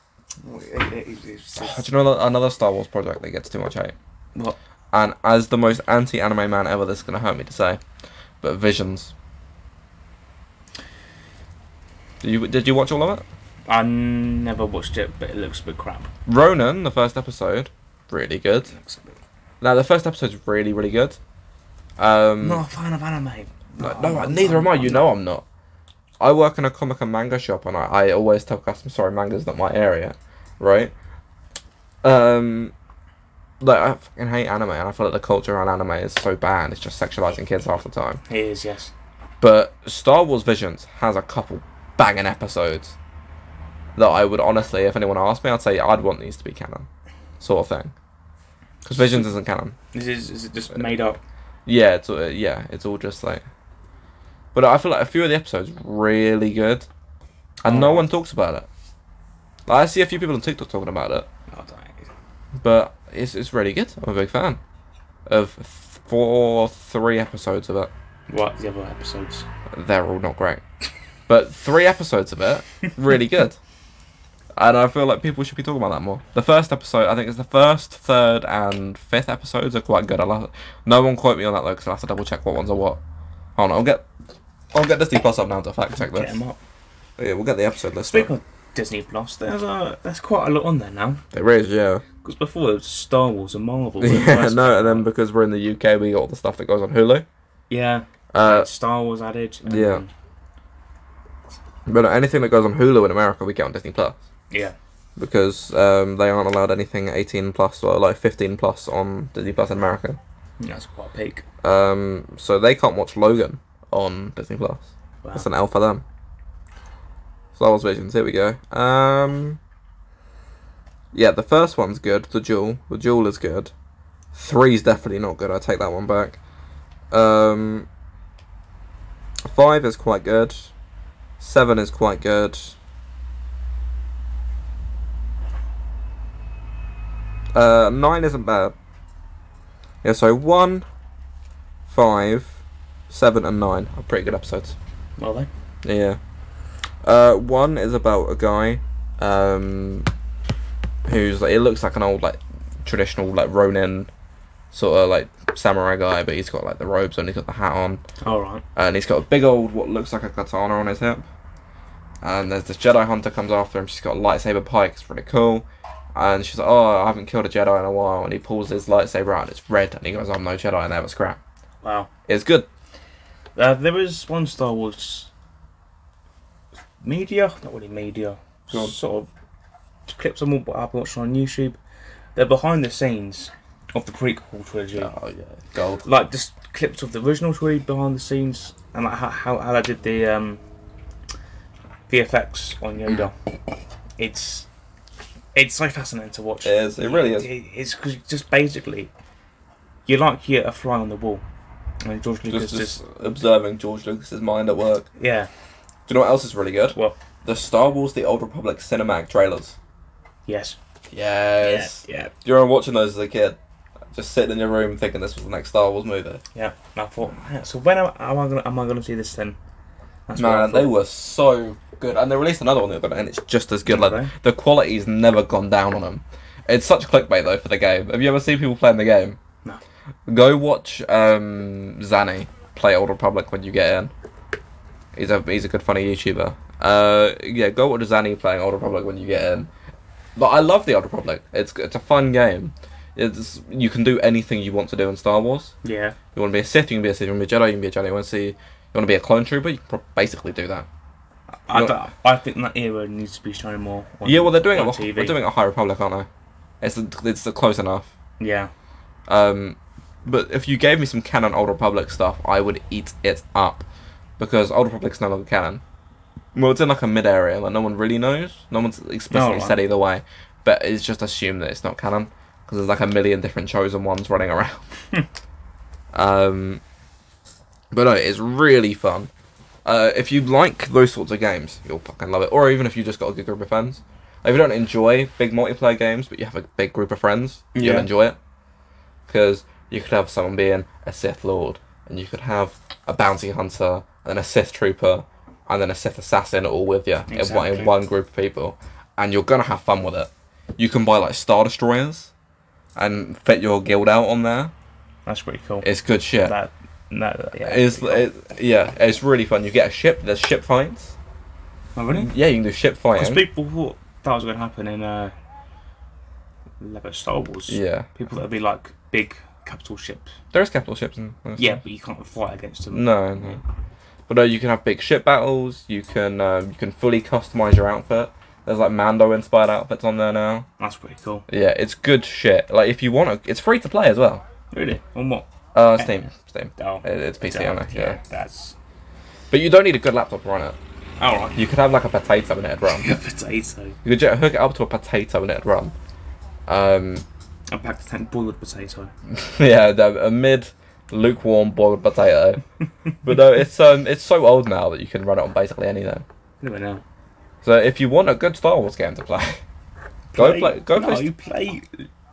Speaker 1: [SIGHS] Do you know another Star Wars project that gets too much hate?
Speaker 2: What?
Speaker 1: And as the most anti anime man ever, this is going to hurt me to say, but Visions. Did you, did you watch all of it?
Speaker 2: I never watched it, but it looks a bit crap.
Speaker 1: Ronan, the first episode, really good.
Speaker 2: It looks a bit...
Speaker 1: Now the first episode's really, really good. Um,
Speaker 2: I'm not a fan of anime.
Speaker 1: no, no, neither am I. You know I'm not. I work in a comic and manga shop, and I, I always tell customers, "Sorry, manga's not my area," right? Um, like I fucking hate anime, and I feel like the culture around anime is so bad. It's just sexualizing kids half the time.
Speaker 2: He is, yes.
Speaker 1: But Star Wars Visions has a couple banging episodes that I would honestly, if anyone asked me, I'd say I'd want these to be canon, sort of thing. Because Visions isn't canon.
Speaker 2: This is, is it just made up?
Speaker 1: Yeah, it's all, yeah, it's all just like. But I feel like a few of the episodes really good, and no
Speaker 2: Oh.
Speaker 1: one talks about it. Like, I see a few people on TikTok talking about it,
Speaker 2: Oh, don't-
Speaker 1: but it's it's really good. I'm a big fan of four or three episodes of it.
Speaker 2: What? The other episodes.
Speaker 1: They're all not great, but three episodes of it really good. [LAUGHS] And I feel like people should be talking about that more. The first episode, I think, is the first, third, and fifth episodes are quite good. I'll have, no one quote me on that though, because I'll have to double check what ones are what. Hold on, I'll get, I'll get Disney Plus up now to fact check
Speaker 2: Get
Speaker 1: this.
Speaker 2: them up.
Speaker 1: Yeah, we'll get the episode list.
Speaker 2: Speaking of Disney Plus, there's a there's quite a lot on there now.
Speaker 1: There is, yeah,
Speaker 2: Because before it was Star Wars and Marvel. weren't
Speaker 1: [LAUGHS]
Speaker 2: it?
Speaker 1: yeah, no, and then because we're in the UK, we got all the stuff that goes on Hulu.
Speaker 2: yeah,
Speaker 1: Uh,
Speaker 2: Star Wars added. and-
Speaker 1: yeah. but anything that goes on Hulu in America, we get on Disney Plus
Speaker 2: yeah,
Speaker 1: because um, they aren't allowed anything 18 plus or like 15 plus on Disney Plus in America.
Speaker 2: that's quite a peak.
Speaker 1: Um, so they can't watch Logan on Disney Plus.
Speaker 2: Wow.
Speaker 1: That's an L for them. Star Wars Visions. Here we go. Um, yeah, the first one's good. The Duel. The Duel is good. Three's definitely not good. I take that one back. Um, five is quite good. Seven is quite good. Uh, nine isn't bad. Yeah, so one, five, seven, and nine are pretty good episodes.
Speaker 2: Well, they
Speaker 1: Yeah. Uh, one is about a guy um, who's like, it looks like an old like traditional like Ronin sort of like samurai guy, but he's got like the robes on, he's got the hat on,
Speaker 2: All right.
Speaker 1: and he's got a big old what looks like a katana on his hip. And there's this Jedi hunter comes after him. She's got a lightsaber pike. It's really cool. And she's like, "Oh, I haven't killed a Jedi in a while." And he pulls his lightsaber out. and It's red, and he goes, "I'm no Jedi, and that was crap."
Speaker 2: Wow.
Speaker 1: It's good.
Speaker 2: Uh, there is one Star Wars media, not really media,
Speaker 1: Go on.
Speaker 2: sort of clips on what I've watched on YouTube. They're behind the scenes of the prequel trilogy,
Speaker 1: Oh yeah, gold.
Speaker 2: like just clips of the original trilogy behind the scenes, and like how how, how they did the um, VFX on Yoda. It's it's so fascinating to watch.
Speaker 1: It is. It really is.
Speaker 2: It- It's because just basically, you're like you're a fly on the wall, and George Lucas
Speaker 1: just,
Speaker 2: just,
Speaker 1: just observing George Lucas's mind at work.
Speaker 2: yeah
Speaker 1: Do you know what else is really good?
Speaker 2: What?
Speaker 1: The Star Wars: The Old Republic cinematic trailers.
Speaker 2: yes
Speaker 1: Yes.
Speaker 2: yeah yeah.
Speaker 1: Do you remember watching those as a kid? Just sitting in your room thinking this was the next Star Wars movie.
Speaker 2: Yeah, and I thought, "Man, so when am, am I gonna am I gonna see this then? That's what I
Speaker 1: Man,
Speaker 2: thought.
Speaker 1: they were so good, and they released another one the other day, and it's just as good. Like
Speaker 2: Okay.
Speaker 1: the quality's never gone down on them. It's such clickbait though for the game. Have you ever seen people playing the game?
Speaker 2: No.
Speaker 1: Go watch um, Zanny play Old Republic when you get in. He's a he's a good funny YouTuber. Uh, yeah, go watch Zanny playing Old Republic when you get in. But I love the Old Republic. It's it's a fun game. It's you can do anything you want to do in Star Wars.
Speaker 2: Yeah,
Speaker 1: You want to be a Sith, you can be a Sith. You want to be a Jedi, you can be a Jedi. You want to see, you want to be a clone trooper, you can pro- basically do that.
Speaker 2: I,
Speaker 1: You're-
Speaker 2: don't- I think that era needs to be shown more. On,
Speaker 1: yeah, well they're doing it.
Speaker 2: on
Speaker 1: with- They're doing it at High Republic, aren't they? It's it's close enough.
Speaker 2: Yeah,
Speaker 1: Um, but if you gave me some canon Old Republic stuff, I would eat it up because Old Republic's no longer canon. Well, it's in like a mid area, like no one really knows. No one's explicitly
Speaker 2: No one.
Speaker 1: said either way, but it's just assumed that it's not canon because there's like a million different chosen ones running around. um, but no, it's really fun. Uh, if you like those sorts of games, you'll fucking love it. Or even if you just got a good group of friends. Like, if you don't enjoy big multiplayer games, but you have a big group of friends, you'll
Speaker 2: Yeah.
Speaker 1: enjoy it. Because you could have someone being a Sith Lord, and you could have a bounty hunter, and then a Sith trooper, and then a Sith assassin all with you in, one, in
Speaker 2: Exactly.
Speaker 1: one group of people. And you're going to have fun with it. You can buy, like, Star Destroyers and fit your guild out on there.
Speaker 2: that's pretty cool.
Speaker 1: It's good shit.
Speaker 2: That that yeah.
Speaker 1: It's,
Speaker 2: pretty
Speaker 1: it, yeah, it's really fun. You get a ship, there's ship fights.
Speaker 2: cool. oh, really?
Speaker 1: Yeah, you can do ship
Speaker 2: Because
Speaker 1: fighting.
Speaker 2: people thought that was gonna happen in uh, like Star Wars.
Speaker 1: yeah,
Speaker 2: People that would be like big capital ships.
Speaker 1: there is capital ships in. in
Speaker 2: Yeah,
Speaker 1: Star-
Speaker 2: but you can't fight against them.
Speaker 1: No, no. But no, you can have big ship battles. You can um, you can fully customize your outfit. There's like Mando inspired outfits on there now.
Speaker 2: That's pretty cool.
Speaker 1: Yeah, it's good shit. Like if you want to, it's free to play as well.
Speaker 2: Really? On what?
Speaker 1: Uh,
Speaker 2: Yeah.
Speaker 1: Steam, Steam.
Speaker 2: Oh,
Speaker 1: It- It's PC
Speaker 2: yeah,
Speaker 1: only. Yeah.
Speaker 2: That's
Speaker 1: But you don't need a good laptop to run it.
Speaker 2: all right. [LAUGHS]
Speaker 1: You could have like a potato and it'd run. you
Speaker 2: potato.
Speaker 1: could ju- hook it up to a potato and it'd run. Um,
Speaker 2: I'm back to tank boiled potato.
Speaker 1: yeah, the, a mid lukewarm boiled potato. but no, it's um, it's so old now that you can run it on basically anything.
Speaker 2: Anyway, now.
Speaker 1: So if you want a good Star Wars game to play, [LAUGHS] go play. Go
Speaker 2: no,
Speaker 1: play.
Speaker 2: you play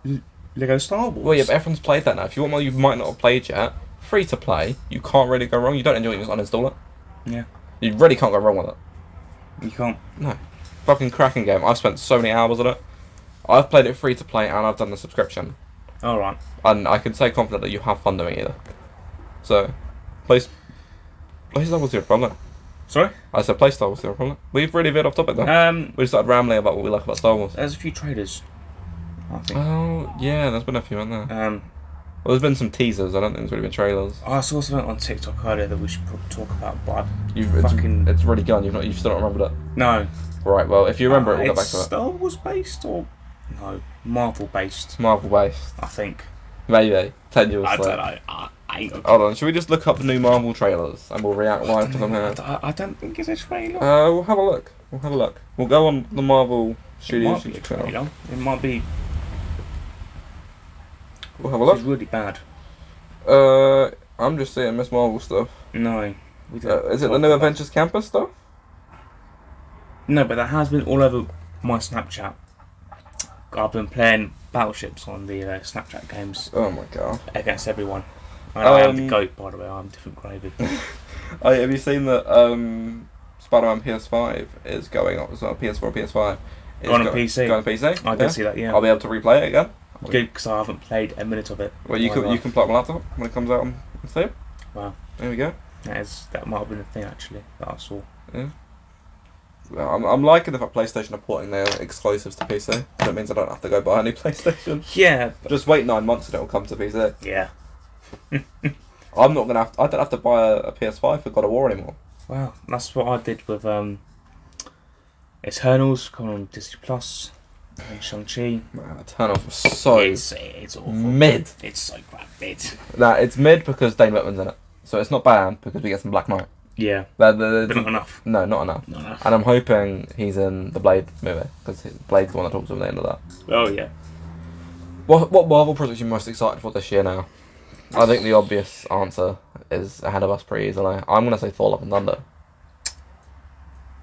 Speaker 2: L- Lego Star Wars.
Speaker 1: Well, yeah, but everyone's played that now. If you want one you might not have played yet, free to play. You can't really go wrong. You don't enjoy it, you just uninstall it.
Speaker 2: Yeah.
Speaker 1: You really can't go wrong with it.
Speaker 2: you can't.
Speaker 1: No. Fucking cracking game. I've spent so many hours on it. I've played it free to play and I've done the subscription.
Speaker 2: All right.
Speaker 1: And I can say confidently you have fun doing either. So, play, play Star Wars The Republic.
Speaker 2: Sorry.
Speaker 1: I said play Star Wars The Republic. We've really veered off topic though.
Speaker 2: Um,
Speaker 1: we just started rambling about what we like about Star Wars.
Speaker 2: there's a few traders. I think.
Speaker 1: Oh, yeah, there's been a few, in there?
Speaker 2: Um,
Speaker 1: Well, there's been some teasers. I don't think there's really been trailers.
Speaker 2: I saw something on TikTok earlier that we should pro- talk about, but I-
Speaker 1: You've it's,
Speaker 2: Fucking-
Speaker 1: it's already gone. You've not. You've still not remembered it.
Speaker 2: no.
Speaker 1: Right. Well, if you remember it, we'll get back
Speaker 2: it's
Speaker 1: to it.
Speaker 2: Star Wars based or no Marvel based?
Speaker 1: It's Marvel based.
Speaker 2: I think.
Speaker 1: Maybe ten years.
Speaker 2: I don't
Speaker 1: later.
Speaker 2: know. I, I,
Speaker 1: Hold on. Should we just look up the new Marvel trailers and we'll react
Speaker 2: I,
Speaker 1: live to them
Speaker 2: don't know. I
Speaker 1: here?
Speaker 2: d- I- I don't think it's a trailer.
Speaker 1: Uh, we'll have a look. We'll have a look. We'll go on the Marvel
Speaker 2: it
Speaker 1: Studios
Speaker 2: might be a
Speaker 1: channel.
Speaker 2: trailer. It might be.
Speaker 1: We'll have a
Speaker 2: It's
Speaker 1: look.
Speaker 2: really bad.
Speaker 1: Uh, I'm just seeing Miss Marvel stuff.
Speaker 2: No. We
Speaker 1: Uh,
Speaker 2: don't
Speaker 1: is it the
Speaker 2: talk
Speaker 1: new
Speaker 2: about-
Speaker 1: Avengers Campus stuff?
Speaker 2: No, but that has been all over my Snapchat. I've been playing battleships on the uh, Snapchat games
Speaker 1: Oh my god.
Speaker 2: against everyone. And I am the
Speaker 1: Um,
Speaker 2: goat, by the way. I'm different gravy.
Speaker 1: Oh, yeah, have you seen that? Um, Spider-Man PS5 is going on. So PS4, PS5. is
Speaker 2: On a
Speaker 1: go-
Speaker 2: PC.
Speaker 1: Going on PC.
Speaker 2: I
Speaker 1: yeah.
Speaker 2: did see that. Yeah,
Speaker 1: I'll be able to replay it again.
Speaker 2: good because I haven't played a minute of it.
Speaker 1: Well, you
Speaker 2: Oh,
Speaker 1: can
Speaker 2: wow.
Speaker 1: you can plug my laptop when it comes out on on Steam.
Speaker 2: Wow.
Speaker 1: There we go.
Speaker 2: That is that might have been a thing actually that I saw.
Speaker 1: Well, I'm, I'm liking the fact PlayStation are porting their exclusives to PC. So that means I don't have to go buy a new [LAUGHS] PlayStation.
Speaker 2: Yeah,
Speaker 1: Just wait nine months and it'll come to PC.
Speaker 2: yeah.
Speaker 1: I'm not gonna have. To, I don't have to buy a, a PS5 for God of War anymore.
Speaker 2: Wow, that's what I did with um, Eternals coming on Disney Plus and Shang Chi.
Speaker 1: Man, Eternal was so
Speaker 2: it's, it's awful.
Speaker 1: mid.
Speaker 2: It's so crap. It's
Speaker 1: Nah, it's mid because Dane Whitman's in it, so it's not bad because we get some Black Knight.
Speaker 2: yeah,
Speaker 1: But the-
Speaker 2: but not enough.
Speaker 1: no, not enough.
Speaker 2: Not enough.
Speaker 1: And I'm hoping he's in the Blade movie because Blade's the one that talks at the end of that.
Speaker 2: Oh yeah.
Speaker 1: What what Marvel projects are you most excited for this year now? I think the obvious answer is ahead of us pretty easily. I'm gonna say Thor: Love and Thunder.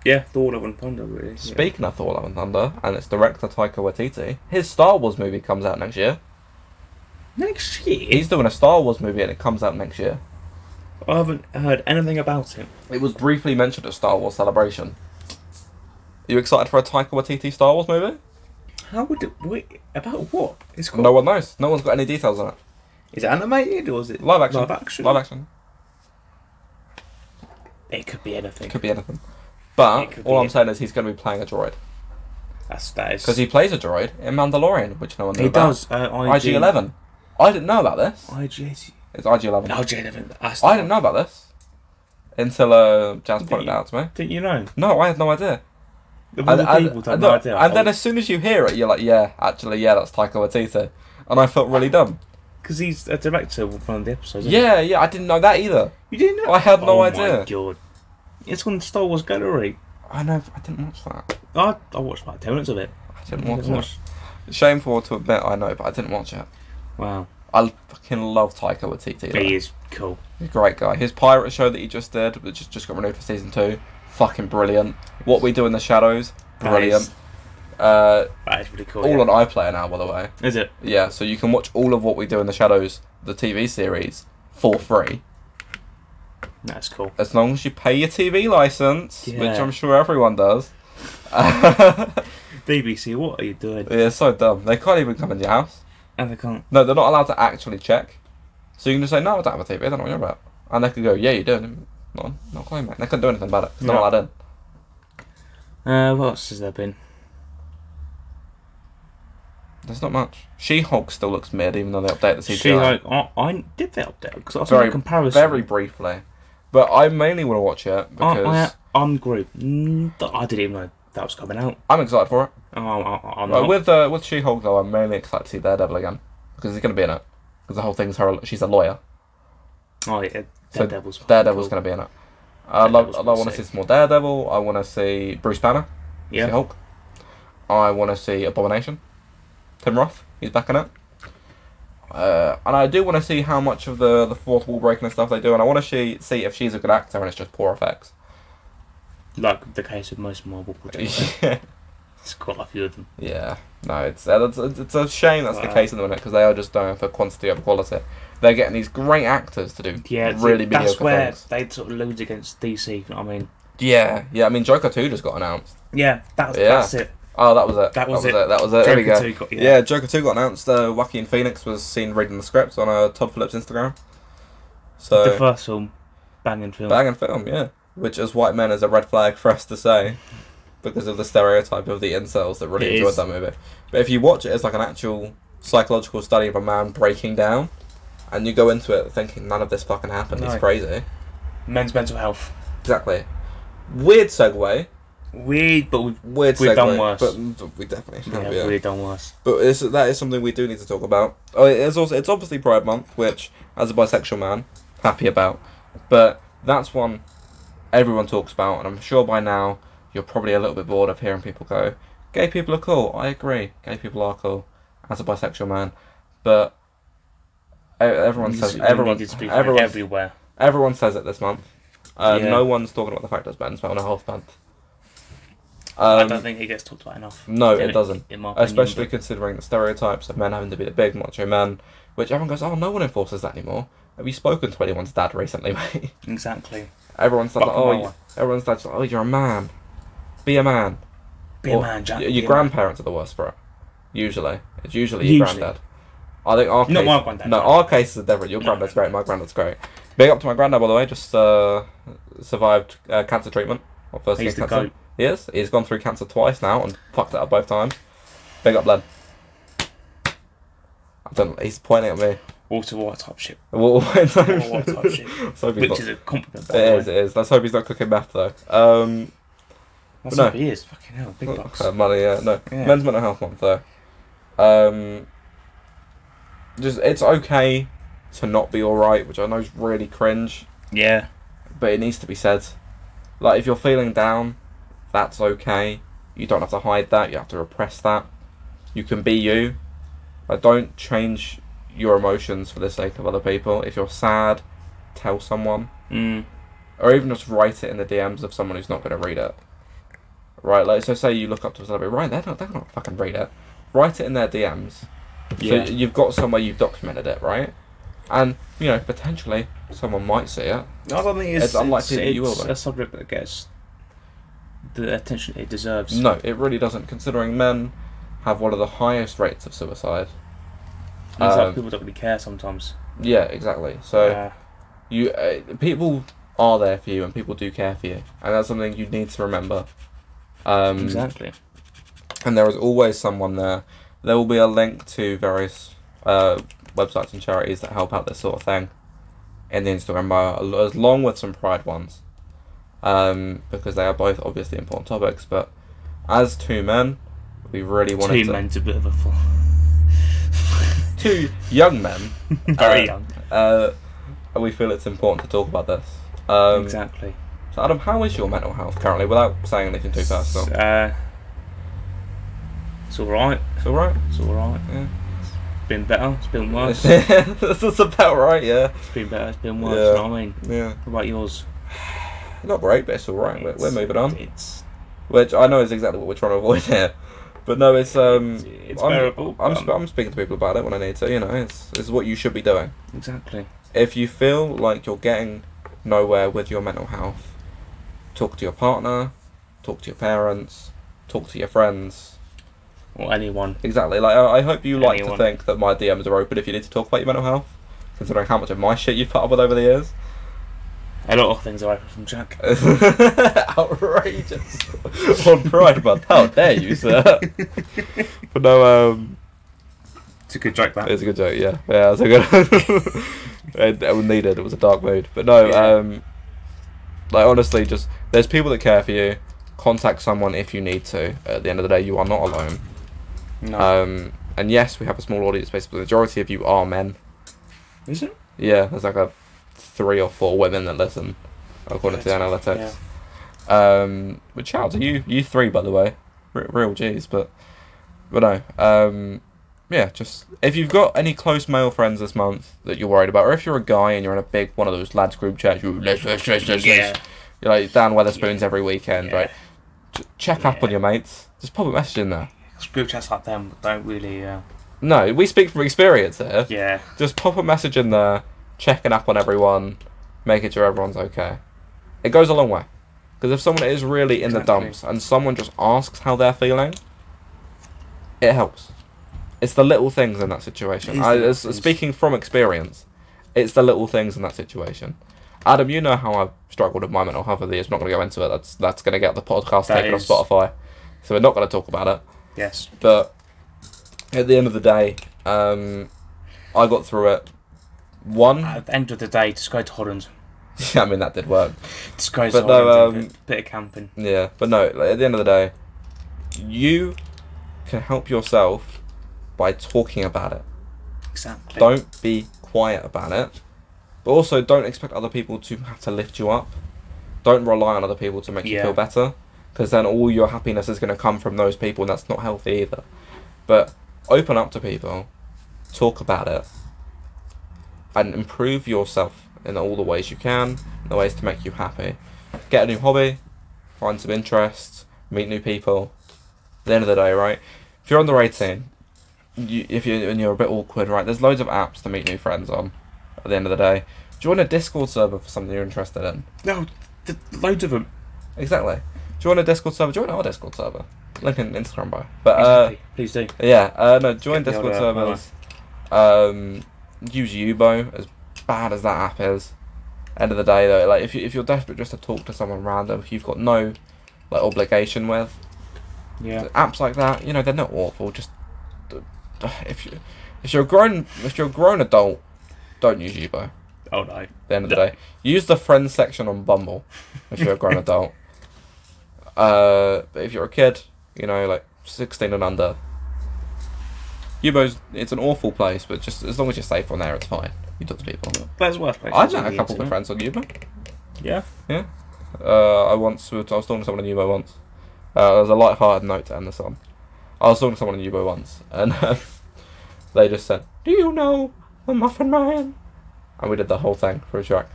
Speaker 2: Yeah, Thor Love and Thunder really. yeah.
Speaker 1: Speaking of Thor: Love and Thunder, and its director Taika Waititi, his Star Wars movie comes out next year.
Speaker 2: Next year
Speaker 1: He's doing a Star Wars movie and it comes out next year.
Speaker 2: I haven't heard anything about it.
Speaker 1: It was briefly mentioned at Star Wars Celebration. Are you excited for a Taika Waititi Star Wars movie?
Speaker 2: How would it wait about what? It's got
Speaker 1: No one knows. No one's got any details on it.
Speaker 2: is it animated or is it
Speaker 1: Live action.
Speaker 2: Live action.
Speaker 1: Live action.
Speaker 2: It could be anything.
Speaker 1: Could be anything. But
Speaker 2: It could
Speaker 1: all
Speaker 2: be
Speaker 1: I'm saying is he's going to be playing a droid
Speaker 2: That's that is
Speaker 1: because he plays a droid in Mandalorian, which no one knew
Speaker 2: He
Speaker 1: about.
Speaker 2: does. Uh, IG
Speaker 1: IG Eleven. I didn't know about this.
Speaker 2: IG.
Speaker 1: It's IG Eleven.
Speaker 2: No, IG Eleven. That's
Speaker 1: I didn't know about this until uh, Jazz pointed it
Speaker 2: you-
Speaker 1: out to me.
Speaker 2: Didn't you know?
Speaker 1: No, I had no idea.
Speaker 2: The
Speaker 1: And,
Speaker 2: other
Speaker 1: and-
Speaker 2: people don't
Speaker 1: and
Speaker 2: know.
Speaker 1: look,
Speaker 2: idea. oh.
Speaker 1: and then as soon as you hear it, you're like, yeah, actually, yeah, that's Taika Waititi, and I felt really dumb.
Speaker 2: because he's a director of one of the episodes. isn't he?
Speaker 1: Yeah, yeah, I didn't know that either.
Speaker 2: you didn't know.
Speaker 1: I had no
Speaker 2: oh
Speaker 1: idea.
Speaker 2: My God, it's on Star Wars Gallery.
Speaker 1: I know, I didn't watch that.
Speaker 2: I I watched about ten minutes of it.
Speaker 1: I didn't watch it. Shameful to admit, I know, but I didn't watch it.
Speaker 2: Wow,
Speaker 1: I fucking love Taika Waititi. though.
Speaker 2: he is cool.
Speaker 1: He's a great guy. His pirate show that he just did, which just, just got renewed for season two, fucking brilliant. What we do in the shadows, brilliant. Uh,
Speaker 2: That is, that is really cool.
Speaker 1: all
Speaker 2: yeah.
Speaker 1: on iPlayer now, by the way.
Speaker 2: Is it?
Speaker 1: Yeah, so you can watch all of what we do in the shadows, the TV series, for free
Speaker 2: That's cool.
Speaker 1: as long as you pay your TV license, which
Speaker 2: Yeah.
Speaker 1: I'm sure everyone
Speaker 2: [LAUGHS]
Speaker 1: does.
Speaker 2: BBC, what are you doing?
Speaker 1: They're so dumb. They can't even come in your house.
Speaker 2: And they can't.
Speaker 1: No, they're not allowed to actually check. So you can just say, "No, I don't have a TV. I don't know what you're about," and they could go, "Yeah, you do." Not, not claim it. They couldn't do anything about it. 'cause They're
Speaker 2: No.
Speaker 1: not allowed in.
Speaker 2: Uh, what else has there been?
Speaker 1: There's not much. She-Hulk still looks mid, even though they update the CGI.
Speaker 2: She like I, I did that update because I saw
Speaker 1: Very-
Speaker 2: a comparison.
Speaker 1: very briefly, but I mainly want to watch
Speaker 2: Oh,
Speaker 1: it because
Speaker 2: I, I, I'm group. Mm, th- I didn't even know that was coming out.
Speaker 1: I'm excited for it.
Speaker 2: Oh, I, I'm
Speaker 1: But
Speaker 2: not.
Speaker 1: with uh, with She-Hulk though, I'm mainly excited to see Daredevil again because he's going to be in it. Because the whole thing's her. She's a lawyer.
Speaker 2: oh, yeah,
Speaker 1: So
Speaker 2: Daredevil's. fucking
Speaker 1: Daredevil's
Speaker 2: cool.
Speaker 1: going to be in it. I love.
Speaker 2: Daredevil's
Speaker 1: I want to
Speaker 2: pretty
Speaker 1: see
Speaker 2: sick.
Speaker 1: some more Daredevil. I want to see Bruce Banner.
Speaker 2: Yeah.
Speaker 1: Hulk. I want to see Abomination. Tim Roth, he's back in it. Uh, and I do want to see how much of the, the fourth wall breaking and stuff they do, and I want to see, see if she's a good actor and it's just poor effects.
Speaker 2: like the case with most Marvel
Speaker 1: [LAUGHS]
Speaker 2: projects. There's quite a few of them.
Speaker 1: yeah, no, it's uh, it's, it's a shame that's the
Speaker 2: Wow.
Speaker 1: case at the minute because they are just going for quantity over quality. They're getting these great actors to do
Speaker 2: Yeah,
Speaker 1: really mediocre
Speaker 2: that's where
Speaker 1: things.
Speaker 2: they sort of lose against DC. I mean,
Speaker 1: Yeah, yeah. I mean, Joker two just got announced.
Speaker 2: yeah, that's
Speaker 1: Yeah.
Speaker 2: that's it.
Speaker 1: Oh, that was it.
Speaker 2: That was
Speaker 1: that was
Speaker 2: it.
Speaker 1: it. That was it. there we
Speaker 2: Joker
Speaker 1: go.
Speaker 2: 2 got-
Speaker 1: yeah.
Speaker 2: yeah.
Speaker 1: Joker 2 got announced. Uh, Joaquin Phoenix was seen reading the script on uh, Todd Phillips' Instagram.
Speaker 2: the
Speaker 1: So,
Speaker 2: first film, banging film.
Speaker 1: bang and film, yeah. Which, as white men, is a red flag for us to
Speaker 2: [LAUGHS]
Speaker 1: say because of the stereotype of the incels that really
Speaker 2: It
Speaker 1: enjoyed
Speaker 2: is.
Speaker 1: that movie. But if you watch it, it's like an actual psychological study of a man breaking down, and you go into it thinking none of this fucking happened. He's
Speaker 2: No.
Speaker 1: crazy.
Speaker 2: Men's mental health.
Speaker 1: Exactly. Weird segue.
Speaker 2: Weird, but we've,
Speaker 1: Weird segue.
Speaker 2: We've done worse.
Speaker 1: But we definitely
Speaker 2: yeah,
Speaker 1: have, Oh, yeah.
Speaker 2: weird done worse.
Speaker 1: But it's, that is something we do need to talk about. Oh, it is also it's obviously Pride Month, which as a bisexual man, happy about. But that's one everyone talks about, and I'm sure by now you're probably a little bit bored of hearing people go, "Gay people are cool." I agree, gay people are cool. As a bisexual man, but e- everyone says
Speaker 2: We
Speaker 1: everyone
Speaker 2: needed to be from
Speaker 1: everyone
Speaker 2: everywhere.
Speaker 1: everyone says it this month. Uh,
Speaker 2: Yeah.
Speaker 1: No one's talking about the fact that it's Men's Mental Health Month.
Speaker 2: I
Speaker 1: Um,
Speaker 2: don't think it gets talked about enough.
Speaker 1: no,
Speaker 2: In-
Speaker 1: it doesn't.
Speaker 2: in my opinion,
Speaker 1: Especially
Speaker 2: but
Speaker 1: considering the stereotypes of men having to be the big macho man, which everyone goes, oh, no one enforces that anymore. Have you spoken to anyone's dad recently, [LAUGHS] mate?
Speaker 2: Exactly.
Speaker 1: Everyone's dad's
Speaker 2: Fuck
Speaker 1: like, oh,
Speaker 2: no
Speaker 1: you-
Speaker 2: one.
Speaker 1: everyone's dad's like, oh, you're a man. Be a man.
Speaker 2: Be
Speaker 1: Or
Speaker 2: a man, Jack.
Speaker 1: y-
Speaker 2: be
Speaker 1: your
Speaker 2: a man.
Speaker 1: grandparents are the worst for it. Usually, it's usually your
Speaker 2: Usually.
Speaker 1: granddad. I think our case,
Speaker 2: Not my granddad.
Speaker 1: No, our cases are different. Your
Speaker 2: No.
Speaker 1: granddad's great. My granddad's great. Big up to my granddad, by the way. Just uh, survived uh, cancer treatment. Or first
Speaker 2: He's the
Speaker 1: stage cancer.
Speaker 2: goat.
Speaker 1: He is. He's gone through cancer twice now and fucked it up both times. Big up, Len. I don't. He's pointing at me. [LAUGHS]
Speaker 2: Water, water type shit.
Speaker 1: Well,
Speaker 2: Water, water type shit.
Speaker 1: Let's hope he's
Speaker 2: Which
Speaker 1: not-
Speaker 2: is a compliment. by the
Speaker 1: It is.
Speaker 2: way.
Speaker 1: It is. Let's hope he's not cooking meth though. Um,
Speaker 2: That's
Speaker 1: No.
Speaker 2: what he is. Fucking hell, big box.
Speaker 1: Uh, money, yeah, no.
Speaker 2: Yeah.
Speaker 1: Men's mental health month though. Um, just it's okay to not be alright, which I know is really cringe,
Speaker 2: Yeah.
Speaker 1: but it needs to be said. Like if you're feeling down, that's okay. You don't have to hide that. You have to repress that. You can be you. Like don't change your emotions for the sake of other people. If you're sad, tell someone
Speaker 2: Mm.
Speaker 1: or even just write it in the DMs of someone who's not going to read it. Right, like so, say you look up to a celebrity, right? They're not, they're not fucking read it. Write it in their DMs.
Speaker 2: Yeah.
Speaker 1: So you've got somewhere you've documented it, right? And you know potentially someone might see it.
Speaker 2: I don't think it's,
Speaker 1: It's unlikely that you will,
Speaker 2: it's
Speaker 1: though.
Speaker 2: a subject that gets the attention it deserves.
Speaker 1: No, it really doesn't. Considering men have one of the highest rates of suicide.
Speaker 2: It's like
Speaker 1: Um,
Speaker 2: people don't really care sometimes.
Speaker 1: yeah, exactly. So
Speaker 2: Yeah.
Speaker 1: you uh, people are there for you, and people do care for you, and that's something you need to remember. Um,
Speaker 2: exactly.
Speaker 1: and there is always someone there. There will be a link to various uh, websites and charities that help out this sort of thing in the Instagram bio, al- as long with some Pride ones, um, because they are both obviously important topics. But as two men, we really wanted
Speaker 2: Two
Speaker 1: to
Speaker 2: men's a bit of a fool.
Speaker 1: two young men.
Speaker 2: [LAUGHS] Very
Speaker 1: uh,
Speaker 2: young.
Speaker 1: Uh, we feel it's important to talk about this. Um,
Speaker 2: exactly.
Speaker 1: So Adam, how is your mental health currently? Without saying anything too personal,
Speaker 2: It's, uh, it's all right.
Speaker 1: it's all right.
Speaker 2: It's all right.
Speaker 1: Yeah.
Speaker 2: It's been better. It's
Speaker 1: [LAUGHS]
Speaker 2: been worse. it's
Speaker 1: That's about right. Yeah.
Speaker 2: been better. It's been worse.
Speaker 1: Yeah.
Speaker 2: You know what I mean?
Speaker 1: Yeah.
Speaker 2: What about yours?
Speaker 1: Not great, but it's all right. We're, we're
Speaker 2: It's-
Speaker 1: moving on.
Speaker 2: It's
Speaker 1: which I know is exactly what we're trying to avoid [LAUGHS] here. But no, it's um,
Speaker 2: it's
Speaker 1: I'm,
Speaker 2: bearable.
Speaker 1: I'm,
Speaker 2: but-
Speaker 1: sp- I'm speaking to people about it when I need to. You know, it's it's what you should be doing.
Speaker 2: exactly.
Speaker 1: If you feel like you're getting nowhere with your mental health, talk to your partner, talk to your parents, talk to your friends.
Speaker 2: Or anyone.
Speaker 1: Exactly. Like I, I hope you like
Speaker 2: Anyone.
Speaker 1: to think that my DMs are open if you need to talk about your mental health, considering how much of my shit you've put up with over the years. [LAUGHS]
Speaker 2: A lot of things are open from Jack.
Speaker 1: Outrageous. [LAUGHS] On Pride Month, how dare you, sir? [LAUGHS] but no, um,
Speaker 2: It's a good joke, that.
Speaker 1: It's a good joke, yeah. Yeah, it's a good. [LAUGHS] it, it was needed. It was a dark mood, but no.
Speaker 2: Yeah.
Speaker 1: Um, like honestly, just there's people that care for you. Contact someone if you need to. At the end of the day, you are not alone.
Speaker 2: No.
Speaker 1: Um, and yes, we have a small audience base, but the majority of you are men.
Speaker 2: Is it?
Speaker 1: Yeah, there's like a three or four women that listen, according to the
Speaker 2: Yeah.
Speaker 1: analytics. Um, but shout out to you, you three, by the way, R- real G's. But but no, um, yeah, just if you've got any close male friends this month that you're worried about, or if you're a guy and you're in a big one of those lads group chats, you let's let's let's let's,
Speaker 2: Yeah.
Speaker 1: let's you're like Dan Weatherspoons every weekend,
Speaker 2: Yeah.
Speaker 1: right? J- check up
Speaker 2: Yeah.
Speaker 1: on your mates. Just pop a message in there.
Speaker 2: Screw chats like them don't really. Uh,
Speaker 1: No, we speak from experience here.
Speaker 2: yeah.
Speaker 1: Just pop a message in there, checking up on everyone, making sure everyone's okay. It goes a long way. Because if someone is really in the
Speaker 2: Exactly.
Speaker 1: dumps and someone just asks how they're feeling, it helps. It's the little things in that
Speaker 2: It
Speaker 1: situation. I,
Speaker 2: is the little
Speaker 1: it's-
Speaker 2: things.
Speaker 1: speaking from experience, it's the little things in that situation. Adam, you know how I've struggled with my mental health of the years. I'm not going to go into it. That's that's going to get the podcast
Speaker 2: That
Speaker 1: taken
Speaker 2: is-
Speaker 1: off Spotify. So we're not going to talk about it.
Speaker 2: Yes.
Speaker 1: But at the end of the day, um, I got through it. One,
Speaker 2: At the end of the day, just go to Holland.
Speaker 1: yeah, [LAUGHS] I mean that did work.
Speaker 2: Just go
Speaker 1: But
Speaker 2: to
Speaker 1: no,
Speaker 2: Holland.
Speaker 1: um,
Speaker 2: and bit, bit of camping.
Speaker 1: Yeah, but no. Like, at the end of the day, you can help yourself by talking about it.
Speaker 2: Exactly.
Speaker 1: Don't be quiet about it, but also don't expect other people to have to lift you up. Don't rely on other people to make you
Speaker 2: Yeah.
Speaker 1: feel better, because then all your happiness is going to come from those people, and that's not healthy either. But open up to people, talk about it, and improve yourself in all the ways you can, the ways to make you happy. Get a new hobby, find some interests, meet new people. At the end of the day, right? If you're under 18, you, if you and you're a bit awkward, right? There's loads of apps to meet new friends on. at the end of the day. Join a Discord server for something you're interested in.
Speaker 2: No, th- loads of them.
Speaker 1: Exactly. Join a Discord server. Join our Discord server. Link in Instagram bio. But uh,
Speaker 2: Exactly. Please do.
Speaker 1: yeah, uh, no, join
Speaker 2: Get the
Speaker 1: Discord
Speaker 2: old, uh,
Speaker 1: servers. Um, use Ubo. As bad as that app is, end of the day though, like if you if you're desperate just to talk to someone random, if you've got no like obligation with
Speaker 2: Yeah.
Speaker 1: apps like that, you know, they're not awful. Just [SIGHS] if you if you're a grown if you're a grown adult, don't use Ubo. At
Speaker 2: Oh no.
Speaker 1: the end of the day, use the friends section on Bumble if you're a grown adult. Uh, but if you're a kid, you know, like sixteen and under, Ubo's it's an awful place, but just as long as you're safe on there, it's fine. You talk to people.
Speaker 2: That's worse place.
Speaker 1: I've met a couple of friends on Uber.
Speaker 2: Yeah.
Speaker 1: Uh, I once I was talking to someone in Uber once. Uh, it was a light-hearted note to end this on. I was talking to someone in Uber once, and [LAUGHS] uh, they just said, "Do you know the Muffin Man?" And we did the whole thing for a track.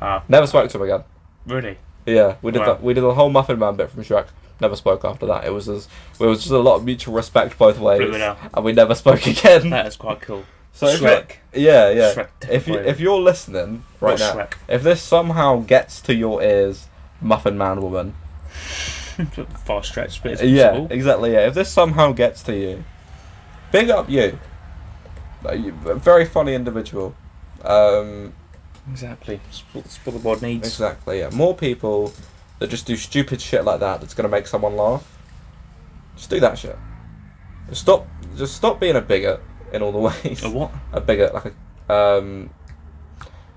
Speaker 2: Ah,
Speaker 1: Never spoke to him again.
Speaker 2: really?
Speaker 1: Yeah, we did
Speaker 2: Wow.
Speaker 1: the we did the whole Muffin Man bit from Shrek. Never spoke after that. It was as it was just a lot of mutual respect both ways,
Speaker 2: Blew it out.
Speaker 1: [LAUGHS] and we never spoke again.
Speaker 2: That is quite cool.
Speaker 1: So if you're-
Speaker 2: Shrek.
Speaker 1: yeah, yeah.
Speaker 2: Shrek.
Speaker 1: If you if you're listening right
Speaker 2: Not
Speaker 1: now,
Speaker 2: Shrek.
Speaker 1: if this somehow gets to your ears, Muffin Man woman,
Speaker 2: [LAUGHS] Far stretch, but it's
Speaker 1: yeah,
Speaker 2: possible.
Speaker 1: exactly. Yeah, if this somehow gets to you, big up you. Like, you- a very funny individual. Um,
Speaker 2: Exactly. It's what- it's what the world needs.
Speaker 1: exactly. Yeah, more people that just do stupid shit like that. That's gonna make someone laugh. Just do that shit. Just stop. Just stop being a bigot in all the [LAUGHS] ways.
Speaker 2: A what?
Speaker 1: A bigot, like a um,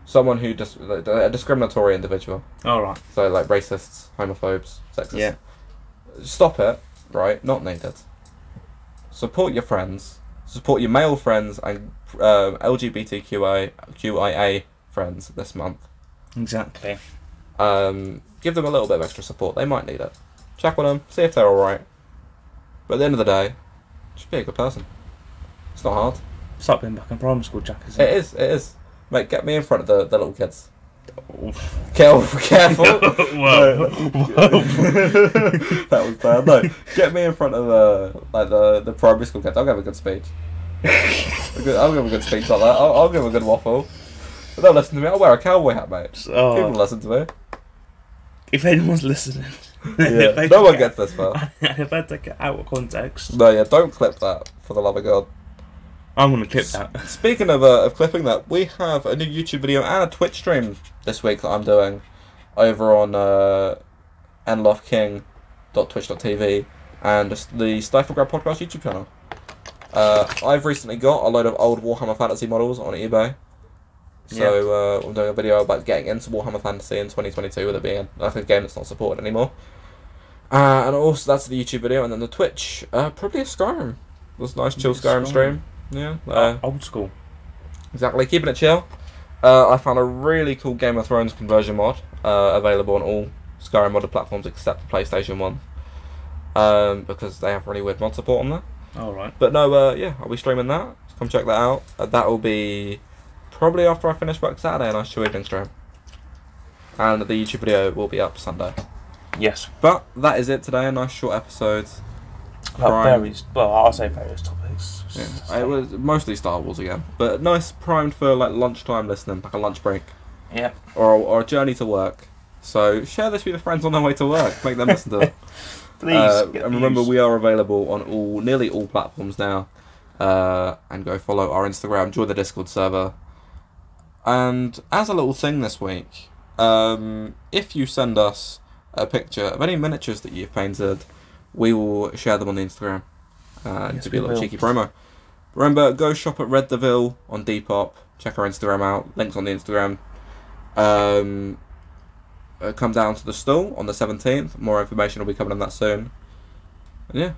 Speaker 1: someone who just like, a discriminatory individual.
Speaker 2: All right.
Speaker 1: So like racists, homophobes, sexists.
Speaker 2: Yeah.
Speaker 1: Stop it, right? Not needed. Support your friends. Support your male friends and um, LGBTQI QIA friends this month.
Speaker 2: Exactly.
Speaker 1: Um, give them a little bit of extra support. They might need it. Check on them. See if they're all right. But at the end of the day, just be a good person. It's not hard.
Speaker 2: It's like being back in primary school, Jack, isn't
Speaker 1: It
Speaker 2: it?
Speaker 1: is. It is. Mate, get me in front of the, the little kids. [LAUGHS]
Speaker 2: Oof.
Speaker 1: Careful, careful. [LAUGHS]
Speaker 2: [LAUGHS] Whoa.
Speaker 1: that was bad. No, get me in front of the like the, the primary school kids. I'll give a good
Speaker 2: [LAUGHS]
Speaker 1: speech. A good- I'll give a good speech like that. I'll, I'll give a good waffle. But they'll listen to me. I'll wear a cowboy hat, mate.
Speaker 2: Oh.
Speaker 1: People listen to me.
Speaker 2: if anyone's [LAUGHS] listening, if
Speaker 1: Yeah.
Speaker 2: [LAUGHS] they
Speaker 1: No one
Speaker 2: take
Speaker 1: gets this far.
Speaker 2: it- [LAUGHS] if I take it out of context,
Speaker 1: No, yeah. Don't clip that for the love of God.
Speaker 2: I'm gonna clip that.
Speaker 1: Speaking of uh, of clipping that, we have a new YouTube video and a Twitch stream this week that I'm doing over on uh, nloftking.twitch.tv and the Stifle Grab Podcast YouTube channel. Uh, I've recently got a load of old Warhammer Fantasy models on eBay. So uh, I'm doing a video about getting into Warhammer Fantasy in 2022 with it being like a game that's not supported anymore. Uh, and also that's the YouTube video and then the Twitch, uh, probably a Skyrim. This nice chill
Speaker 2: Probably a
Speaker 1: Skyrim
Speaker 2: Skyrim.
Speaker 1: stream. Yeah. Uh,
Speaker 2: old school.
Speaker 1: Exactly, keeping it chill. Uh, I found a really cool Game of Thrones conversion mod uh, available on all Skyrim modded platforms except the PlayStation One, um, because they have really weird mod support on there.
Speaker 2: All right.
Speaker 1: But no, uh, yeah, I'll be streaming that. Come check that out. Uh, that will be probably after I finish work Saturday, a nice chill evening stream. And the YouTube video will be up Sunday.
Speaker 2: Yes.
Speaker 1: But that is it today. A nice short episode.
Speaker 2: About
Speaker 1: Prime.
Speaker 2: various, well, I'll say various topics.
Speaker 1: Yeah, it was mostly Star Wars again, but nice primed for like lunchtime listening, like a lunch break.
Speaker 2: Yeah.
Speaker 1: or, or a journey to work. So share this with your friends on their way to work. Make them
Speaker 2: [LAUGHS]
Speaker 1: listen to it.
Speaker 2: Please.
Speaker 1: Uh,
Speaker 2: get
Speaker 1: and remember,
Speaker 2: views.
Speaker 1: we are available on all nearly all platforms now. Uh, and go follow our Instagram, join the Discord server. And as a little thing this week, um, if you send us a picture of any miniatures that you've painted, we will share them on the Instagram. Uh,
Speaker 2: Yes,
Speaker 1: to be a
Speaker 2: we
Speaker 1: little
Speaker 2: will.
Speaker 1: cheeky promo. Remember, go shop at Red Deville on Depop. Check our Instagram out. Links on the Instagram. Um, uh, come down to the stall on the 17th. More information will be coming on that soon. And yeah,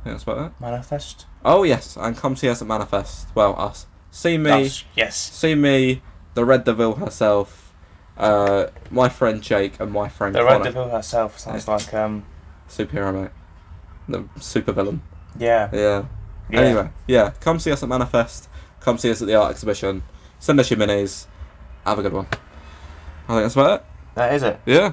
Speaker 1: I think that's about it.
Speaker 2: manifest.
Speaker 1: Oh, yes, and come see us at Manifest. Well, us. See me.
Speaker 2: Us, Yes.
Speaker 1: See me, the Red Deville herself, uh, my friend Jake, and my friend
Speaker 2: The Red
Speaker 1: Connor.
Speaker 2: Devil herself sounds like um.
Speaker 1: Superhero, mate. The super villain.
Speaker 2: Yeah.
Speaker 1: Yeah.
Speaker 2: yeah.
Speaker 1: Anyway, yeah, come see us at Manifest. Come see us at the art exhibition. Send us your minis. Have a good one. I think that's about it.
Speaker 2: That is it.
Speaker 1: Yeah.